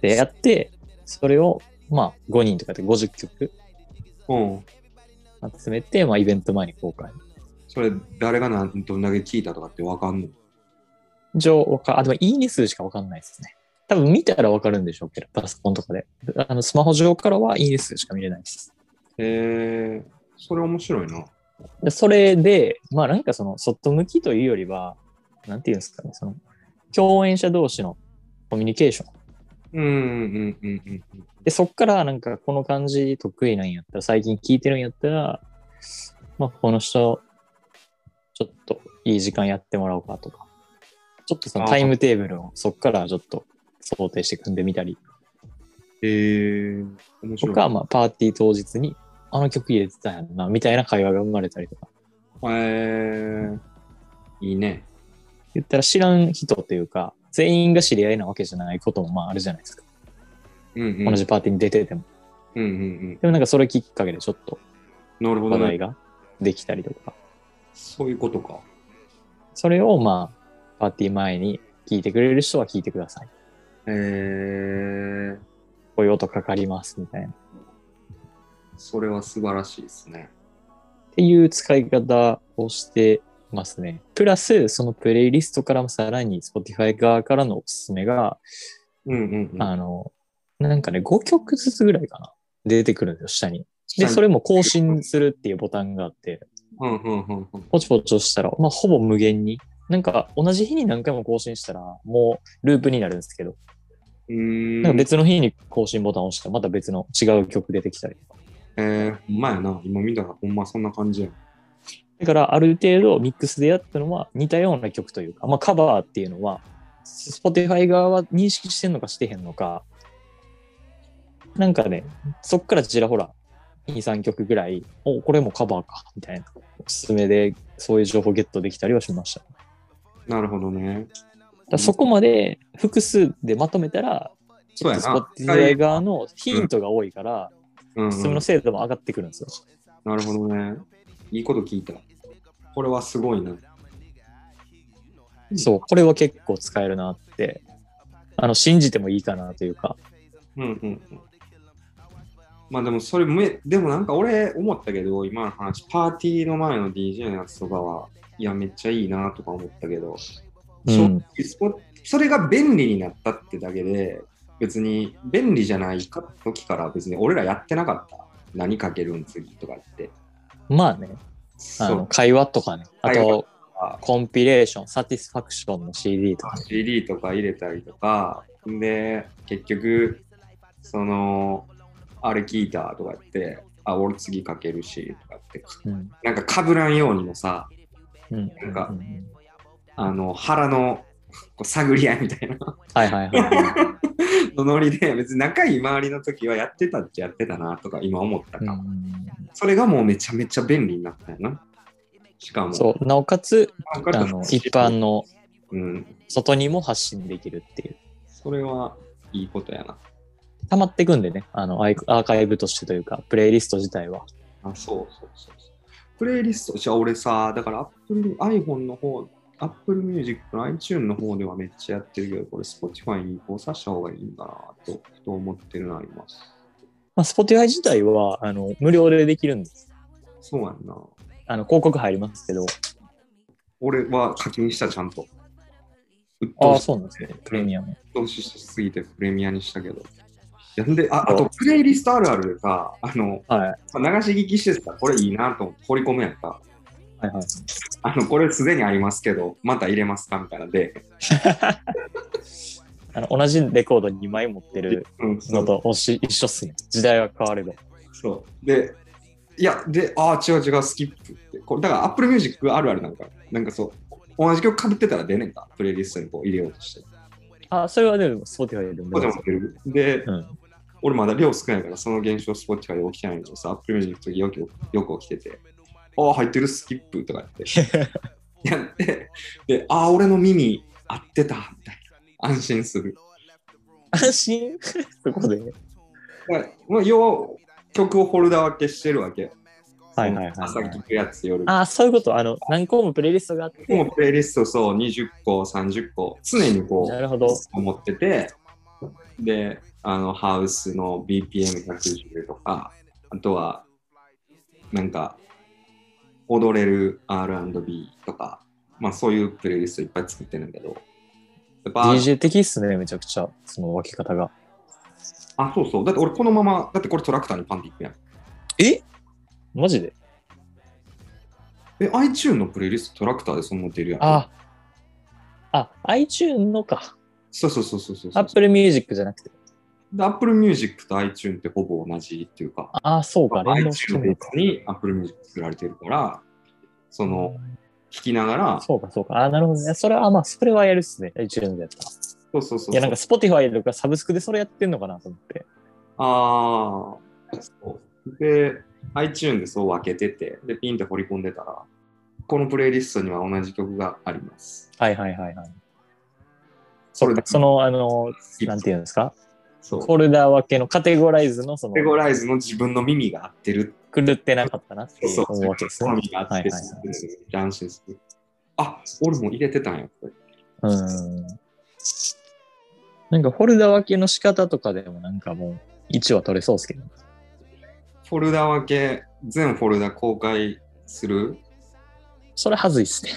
Speaker 3: で、やって、それを、まあ、5人とかで50曲
Speaker 4: うん
Speaker 3: 集めて、まあ、イベント前に公開。
Speaker 4: それ誰が何どんだけ聞いたとかってわかんの
Speaker 3: 一応わか、あ、でもいいね数しかわかんないですね。多分見たらわかるんでしょうけど、パソコンとかで。あのスマホ上からはいいね数しか見れないです。
Speaker 4: へえそれ面白いな。
Speaker 3: でそれで、まあなんかその、外向きというよりは、なんていうんですかね、その、共演者同士のコミュニケーション。
Speaker 4: うんうんうんうんうん。
Speaker 3: で、そっからなんかこの感じ得意なんやったら、最近聞いてるんやったら、まあこの人、ちょっといい時間やってもらおうかとか、ちょっとその
Speaker 4: あー
Speaker 3: タイムテーブルをそっからちょっと想定して組んでみたり、
Speaker 4: へえ面白
Speaker 3: と
Speaker 4: い。
Speaker 3: か、まあパーティー当日に、あの曲入れてたんやんな、みたいな会話が生まれたりとか。
Speaker 4: へえいいね。
Speaker 3: 言ったら知らん人というか、全員が知り合いなわけじゃないこともまああるじゃないですか。
Speaker 4: うんうん。
Speaker 3: 同じパーティーに出てても。
Speaker 4: うんうんうん。
Speaker 3: でもなんかそれきっかけでちょっと
Speaker 4: なるほ
Speaker 3: 話
Speaker 4: ど
Speaker 3: 題
Speaker 4: ね。
Speaker 3: ができたりとか、
Speaker 4: そういうことか。
Speaker 3: それをまあ、パーティー前に聞いてくれる人は聞いてください。
Speaker 4: へえ
Speaker 3: こういう音かかりますみたいな。っ
Speaker 4: それは素晴らしいですね。
Speaker 3: ていう使い方をしてますね。プラス、そのプレイリストからもさらに Spotify 側からのおすすめが、
Speaker 4: うんうんうん。
Speaker 3: あの、なんかね、5曲ずつぐらいかな。出てくるんですよ、下に。で、
Speaker 4: 下に
Speaker 3: それも更新するっていうボタンがあって、
Speaker 4: うんうんうんうん。
Speaker 3: ポチポチ押したら、まあ、ほぼ無限に。なんか、同じ日に何回も更新したら、もうループになるんですけど、
Speaker 4: うーん。
Speaker 3: なんか別の日に更新ボタンを押したら、また別の違う曲出てきたりとか。
Speaker 4: えー、ほんまやな。今見たらほんまそんな感じや。
Speaker 3: だから、ある程度ミックスでやったのは似たような曲というか、まあ、カバーっていうのは、Spotify 側は認識してんのかしてへんのか、なんかね、そっからちらほら、2、3曲ぐらい、お、これもカバーか、みたいな。おすすめで、そういう情報ゲットできたりはしました。
Speaker 4: なるほど
Speaker 3: だ
Speaker 4: ね。
Speaker 3: からそこまで複数でまとめたら、ち
Speaker 4: そ
Speaker 3: ょ
Speaker 4: う
Speaker 3: っ
Speaker 4: や
Speaker 3: と
Speaker 4: な
Speaker 3: Spotify 側のヒントが多いから、
Speaker 4: うん、う
Speaker 3: おすすめ
Speaker 4: ん
Speaker 3: の。精度も上がってくるんですよ。
Speaker 4: なるほどね。いいこと聞いた。これはすごいな。うん
Speaker 3: そう、これは結構使えるなって、あの、信じてもいいかなというか、
Speaker 4: うんうんうん。まあでもそれめ、でもなんか俺思ったけど、今の話、パーティーの前の DJ のやつとかは、いや、めっちゃいいなとか思ったけど、
Speaker 3: うん
Speaker 4: 正直スポそれが便利になったってだけで、別に便利じゃないか時から別に俺らやってなかった。何かけるん次とかって。
Speaker 3: まあね、あ
Speaker 4: そ
Speaker 3: の
Speaker 4: う
Speaker 3: 会話とかね、あ
Speaker 4: 会話
Speaker 3: と
Speaker 4: と、か。
Speaker 3: コンピレーション、サティスファクションの CD とか、
Speaker 4: CD とか入れたりとか、で、結局、その、あれ聞いたとか言って、あ、俺次かけるし、とかって、
Speaker 3: うん、
Speaker 4: なんかかぶらんようにもさ、
Speaker 3: うん、うん
Speaker 4: なんか
Speaker 3: うん
Speaker 4: あの、腹のこう探り合いみたいな
Speaker 3: はいはいはい。
Speaker 4: のノリで、別に仲いい周りの時はやってたっちゃやってたなとか、今思 った
Speaker 3: う
Speaker 4: か、
Speaker 3: ん
Speaker 4: それがもうめちゃめちゃ便利になったよな。しかも、
Speaker 3: そう、なおかつ、
Speaker 4: なんか
Speaker 3: あの、一般の
Speaker 4: うん、
Speaker 3: 外にも発信できるっていう。
Speaker 4: それはいいことやな。
Speaker 3: 溜まっていくんでね、あのアイアーカイブとしてというか、プレイリスト自体は。
Speaker 4: あ、そうそうそうそう。プレイリスト、じゃあ俺さ、だから Apple、iPhone の方、Apple Music の iTunes の方ではめっちゃやってるけど、これ Spotify に移行させた方がいいんだなと、ふと思ってるな、今。
Speaker 3: まあ、Spotify 自体はあの無料でできるんです。
Speaker 4: そうやんな。
Speaker 3: あの広告入りますけど、
Speaker 4: 俺は課金した、ちゃんと。うっ
Speaker 3: ああ、
Speaker 4: と
Speaker 3: そうなんですね。プレミアム。
Speaker 4: うしすぎてプレミアにしたけど。なんで、ああと、プレイリストあるあるでさ、あの、
Speaker 3: はい。はい
Speaker 4: 流し聞きしてた、これいいなと思って、掘り込むやった。
Speaker 3: はい。
Speaker 4: あの、これすでにありますけど、また入れますかみたいなで。
Speaker 3: あの同じレコード2枚持ってる
Speaker 4: うん、そう
Speaker 3: のとおし一緒っすね。時代は変われば。
Speaker 4: そう。で、いや、で、ああ、違う違う、スキップって。これだから、Apple Music あるあるなんか、なんかそう、同じ曲かぶってたら出ねえか、プレイリストにこう入れようとして。
Speaker 3: あそれはでも Spotify でも
Speaker 4: こ
Speaker 3: 出ま
Speaker 4: でも
Speaker 3: す。
Speaker 4: 出る。で、
Speaker 3: うん、
Speaker 4: 俺まだ量少ないから、その現象、Spotify で起きてないのさ、Apple Music の時よくよく起きてて、ああ、入ってる、スキップとか 言って。やって、で、ああ、俺の耳合ってた、みたいな。安心する。
Speaker 3: 安心そこで。
Speaker 4: だからまあ、要は、曲をホルダー分けしてるわけよ。
Speaker 3: はいはいはいはい
Speaker 4: 朝聞くやつ、夜聞く
Speaker 3: ああ、そういうこと。あの何個もプレイリストがあって。
Speaker 4: もうプレイリストそう20個30個常にこ
Speaker 3: な
Speaker 4: う
Speaker 3: るほど。
Speaker 4: 持っててであのハウスの BPM110 とかあとはなんか踊れる R&B とか、まあそういうプレイリストいっぱい作ってるんだけど、やっぱ
Speaker 3: DJ 的っすね、めちゃくちゃ、その分け方が。
Speaker 4: あ、そうそう。だって俺このまま、だってこれトラクターにパンっていくやん。
Speaker 3: えマジで
Speaker 4: え、iTune のプレイリストトラクターでそのまま出るやん。
Speaker 3: あ、あ、iTune のか。
Speaker 4: そうそうそうそうそうそう。
Speaker 3: Apple Music じゃなくて。
Speaker 4: で Apple Music と iTune ってほぼ同じっていうか、
Speaker 3: あ、そうか、連動して
Speaker 4: iTune
Speaker 3: るの
Speaker 4: ベー
Speaker 3: か
Speaker 4: ス。に Apple Music 作られてるから、その、聞きながら、
Speaker 3: そうか、そうか。あ、なるほどね。それは、あまあ、それはやるっすね。iTunes でやったら。
Speaker 4: そうそうそうそう。
Speaker 3: いや、なんか Spotify とかサブスクでそれやってんのかなと思って。
Speaker 4: ああ、そう。で、iTune でそう分けてて、で、ピンって掘り込んでたら、このプレイリストには同じ曲があります。
Speaker 3: はいはいはいはい。
Speaker 4: そ
Speaker 3: そ
Speaker 4: れ
Speaker 3: れ
Speaker 4: で
Speaker 3: その、あの、なんていうんですか
Speaker 4: そう。
Speaker 3: フォルダー分けのカテゴライズの、そ
Speaker 4: カテゴ
Speaker 3: の、
Speaker 4: ライズの自分の耳が合ってる
Speaker 3: 狂ってなかったなっていう
Speaker 4: そう
Speaker 3: 思うわけですね。
Speaker 4: 好みがあ
Speaker 3: は
Speaker 4: っ
Speaker 3: い
Speaker 4: て、
Speaker 3: はい
Speaker 4: めっちゃ安心する。あ、俺も入れてたんや、これ。
Speaker 3: うん。なんかフォルダ分けの仕方とかでもなんかもう位置は取れそうですけど。
Speaker 4: フォルダ分け、全フォルダ公開する
Speaker 3: それはずいっすね。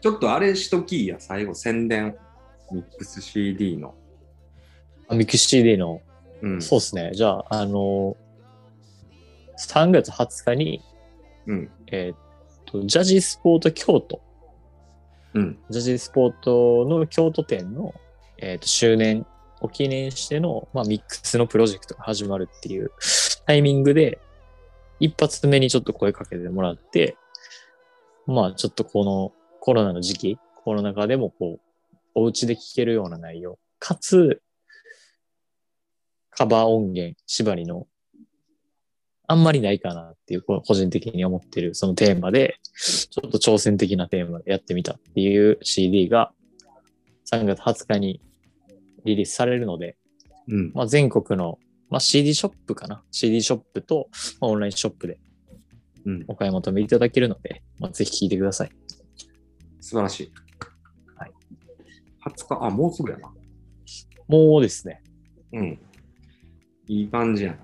Speaker 4: ちょっとあれしときや、最後、宣伝。ミックス CD の。
Speaker 3: ミクシ CD の。
Speaker 4: うん。
Speaker 3: そうっすね。じゃあ、あの3月20日に、
Speaker 4: うん。
Speaker 3: えーっと、ジャジスポート京都、
Speaker 4: うん。
Speaker 3: ジャジスポートの京都店の、えーっと、周年を記念しての、まあ、ミックスのプロジェクトが始まるっていうタイミングで、一発目にちょっと声かけてもらって、まあちょっとこのコロナの時期、コロナ禍でもこう、お家で聴けるような内容、かつ、カバー音源、縛りの、あんまりないかなっていう、こ個人的に思ってるそのテーマで、ちょっと挑戦的なテーマでやってみたっていう CD が3月20日にリリースされるので、
Speaker 4: うん。
Speaker 3: まあ、全国の、まあ、CD ショップかな CD ショップと、まあ、オンラインショップで
Speaker 4: うん。
Speaker 3: お買い求めいただけるので、まあ、ぜひ聴いてください。
Speaker 4: 素晴らしい。
Speaker 3: はい。
Speaker 4: 20日、あ、もうすぐやな。
Speaker 3: もうですね、
Speaker 4: うん。いい感じやな。